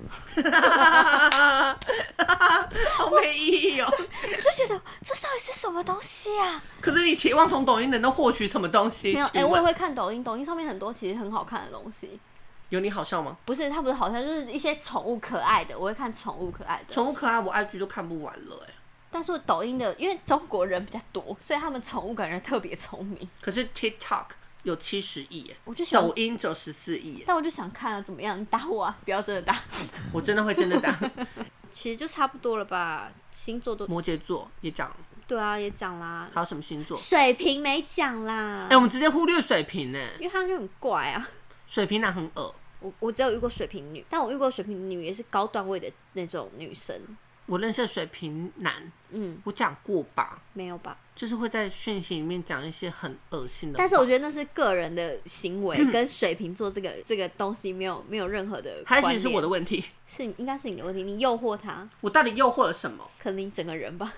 Speaker 2: 好没意义哦。
Speaker 1: 我就觉得这到底是什么东西啊？
Speaker 2: 可是你期望从抖音能够获取什么东西？
Speaker 1: 没有，哎、
Speaker 2: 请
Speaker 1: 我
Speaker 2: 问
Speaker 1: 也会看抖音，抖音上面很多其实很好看的东西。
Speaker 2: 有你好笑吗？
Speaker 1: 不是，它不是好像就是一些宠物可爱的，我会看宠物可爱的。
Speaker 2: 宠物可爱，我 IG 都看不完了哎、
Speaker 1: 但是我抖音的，因为中国人比较多，所以他们宠物感觉特别聪明。
Speaker 2: 可是 TikTok 有七十亿哎，
Speaker 1: 我就想
Speaker 2: 抖，音只有十四亿哎，
Speaker 1: 但我就想看啊，怎么样？你打我啊！不要真的打。
Speaker 2: 我真的会真的 打。
Speaker 1: 其实就差不多了吧，星座都
Speaker 2: 摩羯座也讲，
Speaker 1: 对啊，也讲啦。
Speaker 2: 还有什么星座？
Speaker 1: 水瓶没讲啦
Speaker 2: 哎、，我们直接忽略水瓶哎，
Speaker 1: 因为他就很怪啊。
Speaker 2: 水瓶男很恶，
Speaker 1: 我我只有遇过水瓶女，但我遇过水瓶女也是高段位的那种女生。
Speaker 2: 我认识的水瓶男，
Speaker 1: 嗯，
Speaker 2: 我讲过吧，
Speaker 1: 没有吧？
Speaker 2: 就是会在讯息里面讲一些很恶心的话，
Speaker 1: 但是我觉得那是个人的行为，跟水瓶座这个这个东西没有没有任何的
Speaker 2: 还
Speaker 1: 关
Speaker 2: 其
Speaker 1: 联。
Speaker 2: 实是我的问题，
Speaker 1: 是你应该是你的问题，你诱惑他。
Speaker 2: 我到底诱惑了什么？
Speaker 1: 可能你整个人吧。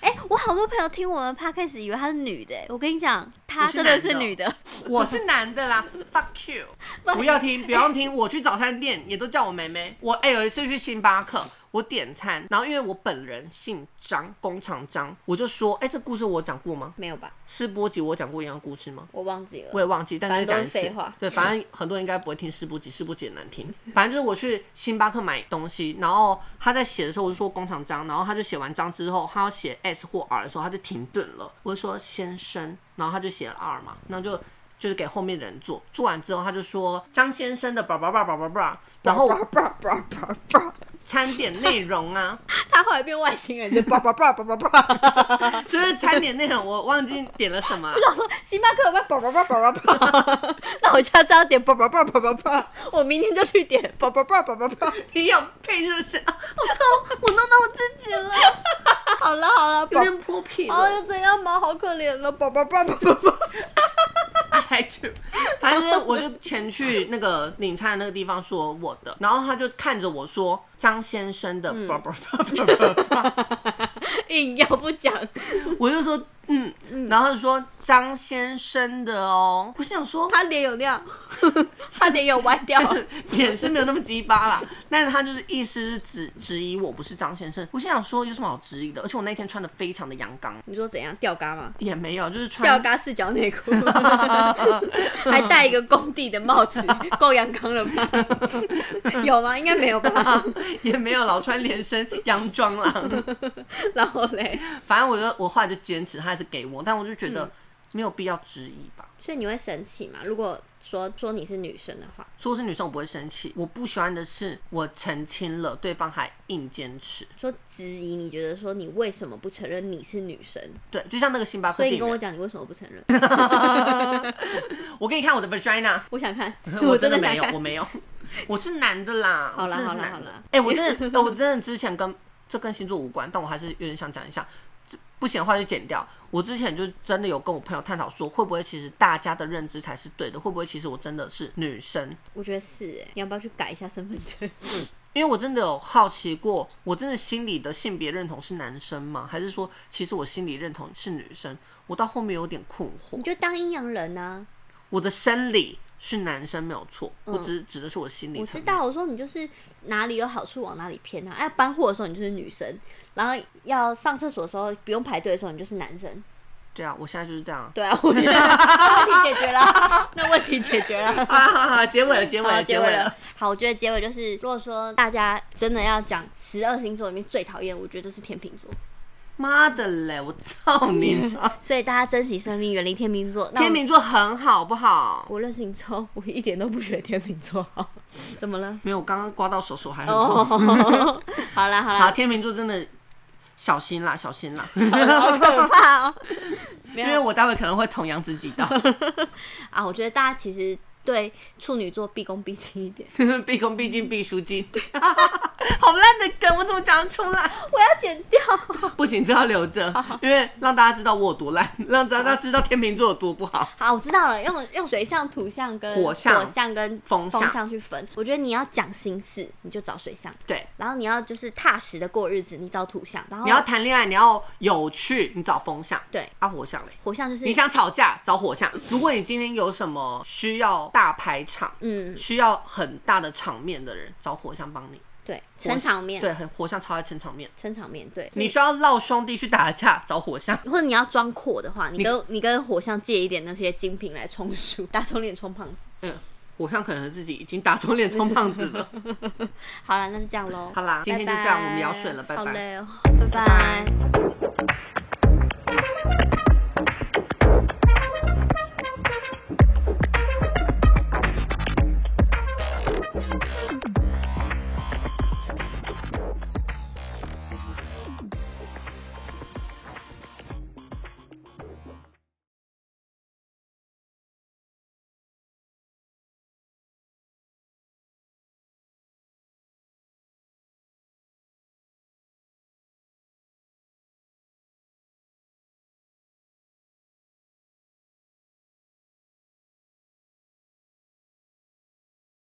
Speaker 1: 哎、我好多朋友听我们 podcast 以为她是女的、我跟你讲，她
Speaker 2: 我是
Speaker 1: 真
Speaker 2: 男的
Speaker 1: 的是女的。
Speaker 2: 我是男 的啦，fuck you！
Speaker 1: 不然
Speaker 2: 不要听，不要听。我去早餐店也都叫我妹妹。我哎、有一次去星巴克，我点餐，然后因为我本人姓张，工厂张，我就说，哎、这故事我讲过吗？
Speaker 1: 没有吧？
Speaker 2: 是波吉我讲过一样的故事吗？
Speaker 1: 我忘记
Speaker 2: 我
Speaker 1: 了。
Speaker 2: 也忘记，但
Speaker 1: 反
Speaker 2: 是
Speaker 1: 正
Speaker 2: 讲
Speaker 1: 都
Speaker 2: 一
Speaker 1: 是
Speaker 2: 次
Speaker 1: 废话。
Speaker 2: 对，反正很多人应该不会听试播集，试播集也难听。 反正就是我去星巴克买东西，然后他在写的时候，我就说工厂章，然后他就写完章之后，他要写 S 或 R 的时候，他就停顿了。我就说先生，然后他就写了 R 嘛，然后就。就是给后面的人做，做完之后他就说张先生的叭叭叭叭叭叭，然后
Speaker 1: 叭叭叭叭叭，
Speaker 2: 餐点内容啊，
Speaker 1: 她后来变外星人，就叭叭叭叭叭叭。
Speaker 2: 就是餐点内容我忘记点了什么啊，
Speaker 1: 我想说星巴克有没有叭叭叭叭叭叭？那我下次要点叭叭叭叭叭叭，我明天就去点叭叭叭叭叭叭。
Speaker 2: 你有配是不是？啊
Speaker 1: 我痛，我弄到我自己了。好了好了，
Speaker 2: 有
Speaker 1: 宝。
Speaker 2: 点泼皮了。
Speaker 1: 哦， 又怎样嘛？好可怜啊了，叭叭叭叭叭叭。
Speaker 2: 还去， 反正就是我就前去那个领餐的那个地方说我的，然后他就看着我说张先生的叭叭叭叭叭叭，
Speaker 1: 硬要不讲，
Speaker 2: 我就说嗯，然后他就说张先生的哦，我想说
Speaker 1: 他脸有 亮，他脸有歪掉。
Speaker 2: 脸是没有那么鸡巴啦，但是他就是意思是指质疑我不是张先生，我心想说有什么好质疑的，而且我那天穿的非常的阳刚，
Speaker 1: 你说怎样吊嘎吗？
Speaker 2: 也没有就是
Speaker 1: 吊
Speaker 2: 穿
Speaker 1: 嘎四角内 裤，还戴一个工地的帽 子，够阳刚了吧？ 有吗？应该没有 吧。
Speaker 2: 也没有老穿连身洋装啦。
Speaker 1: 然后嘞，
Speaker 2: 反正我就我后来就坚持，他还是给我，但我就觉得没有必要质疑吧。
Speaker 1: 所以你会生气吗？如果说说你是女生的话，
Speaker 2: 说我是女生，我不会生气。我不喜欢的是，我澄清了，对方还硬坚持。
Speaker 1: 说质疑，你觉得说你为什么不承认你是女生？
Speaker 2: 对，就像那个星巴克
Speaker 1: 所以
Speaker 2: 店
Speaker 1: 你跟我
Speaker 2: 员，
Speaker 1: 讲你为什么不 承认？
Speaker 2: 我给你看我 的 vagina，，
Speaker 1: 我想看我
Speaker 2: 真
Speaker 1: 的
Speaker 2: 的
Speaker 1: 想
Speaker 2: 没有，我
Speaker 1: 看。
Speaker 2: 没有， 我是男的啦，
Speaker 1: 好啦
Speaker 2: 我真的是
Speaker 1: 好啦
Speaker 2: 男
Speaker 1: 好
Speaker 2: 的
Speaker 1: 啦。
Speaker 2: 哎、我真的，呃 我真的之前跟这跟星座无关，但我还是有点想讲一下。这不行的话就剪掉。我之前就真的有跟我朋友探讨说，会不会其实大家的认知才是对的？会不会其实我真的是女生？
Speaker 1: 我觉得是哎、你要不要去改一下身份证？
Speaker 2: 因为我真的有好奇过，我真的心里的性别认同是男生吗？还是说，其实我心里认同是女生？我到后面有点困惑
Speaker 1: 你。就当阴阳人啊！
Speaker 2: 我的生理是男生没有错，我只是指的是我心理
Speaker 1: 嗯我
Speaker 2: 层
Speaker 1: 知
Speaker 2: 面。
Speaker 1: 道，我说你就是哪里有好处往哪里偏啊！哎，搬货的时候你就是女生，然后要上厕所的时候不用排队的时候你就是男生。
Speaker 2: 对啊，我现在就是这样。
Speaker 1: 对啊， 我觉得那问题解决 了，那问题解决了。
Speaker 2: 啊，哈哈，结尾了，结尾
Speaker 1: 好，
Speaker 2: 了，
Speaker 1: 结
Speaker 2: 尾
Speaker 1: 尾了。。好，我觉得结尾就是，如果说大家真的要讲十二星座里面最讨厌，我觉得是天秤座，
Speaker 2: 妈的嘞！我操你妈！
Speaker 1: 所以大家珍惜生命，远离天秤座。嗯那我
Speaker 2: 天秤座很好不好？
Speaker 1: 我认识你之后，我一点都不觉得天秤座好。怎么了？
Speaker 2: 没有，我刚刚刮到手手还很痛。
Speaker 1: 哦 哦，好啦好啦，
Speaker 2: 好，天秤座真的小心啦，小心啦，
Speaker 1: 好可怕哦！ 没
Speaker 2: 因
Speaker 1: 有
Speaker 2: 为我待会可能会捅杨子几刀，
Speaker 1: 啊，我觉得大家其实对处女座毕恭毕敬一点。
Speaker 2: 毕恭毕敬，毕书尽。 好烂的梗，我怎么讲得出来？
Speaker 1: 我要剪掉，
Speaker 2: 不行，这要留着，因为让大家知道我有多烂，让大家知道天秤座有多不好。
Speaker 1: 好，我知道了，用用水象、土象跟
Speaker 2: 火象
Speaker 1: 跟
Speaker 2: 风象
Speaker 1: 象去分。我觉得你要讲心事，你就找水象；
Speaker 2: 对，
Speaker 1: 然后你要就是踏实的过日子，你找土象；然后
Speaker 2: 你要谈恋爱，你要有趣，你找风向，
Speaker 1: 对
Speaker 2: 啊，火象嘞。
Speaker 1: 火象就是
Speaker 2: 你想吵架找火象。如果你今天有什么需要大排场、
Speaker 1: 嗯，
Speaker 2: 需要很大的场面的人，找火象帮你。
Speaker 1: 对，撑场面，
Speaker 2: 对，很火象超爱撑场面。
Speaker 1: 撑场面，对。
Speaker 2: 你需要闹兄弟去打架，找火象。
Speaker 1: 或者你要装阔的话，你跟你跟火象借一点那些精品来充 数，打肿脸充胖子。
Speaker 2: 嗯，火象可能自己已经打肿脸充胖子了。
Speaker 1: 好了，那就这样喽。
Speaker 2: 好啦今天就这样我们要睡了拜拜
Speaker 1: 好累哦，拜拜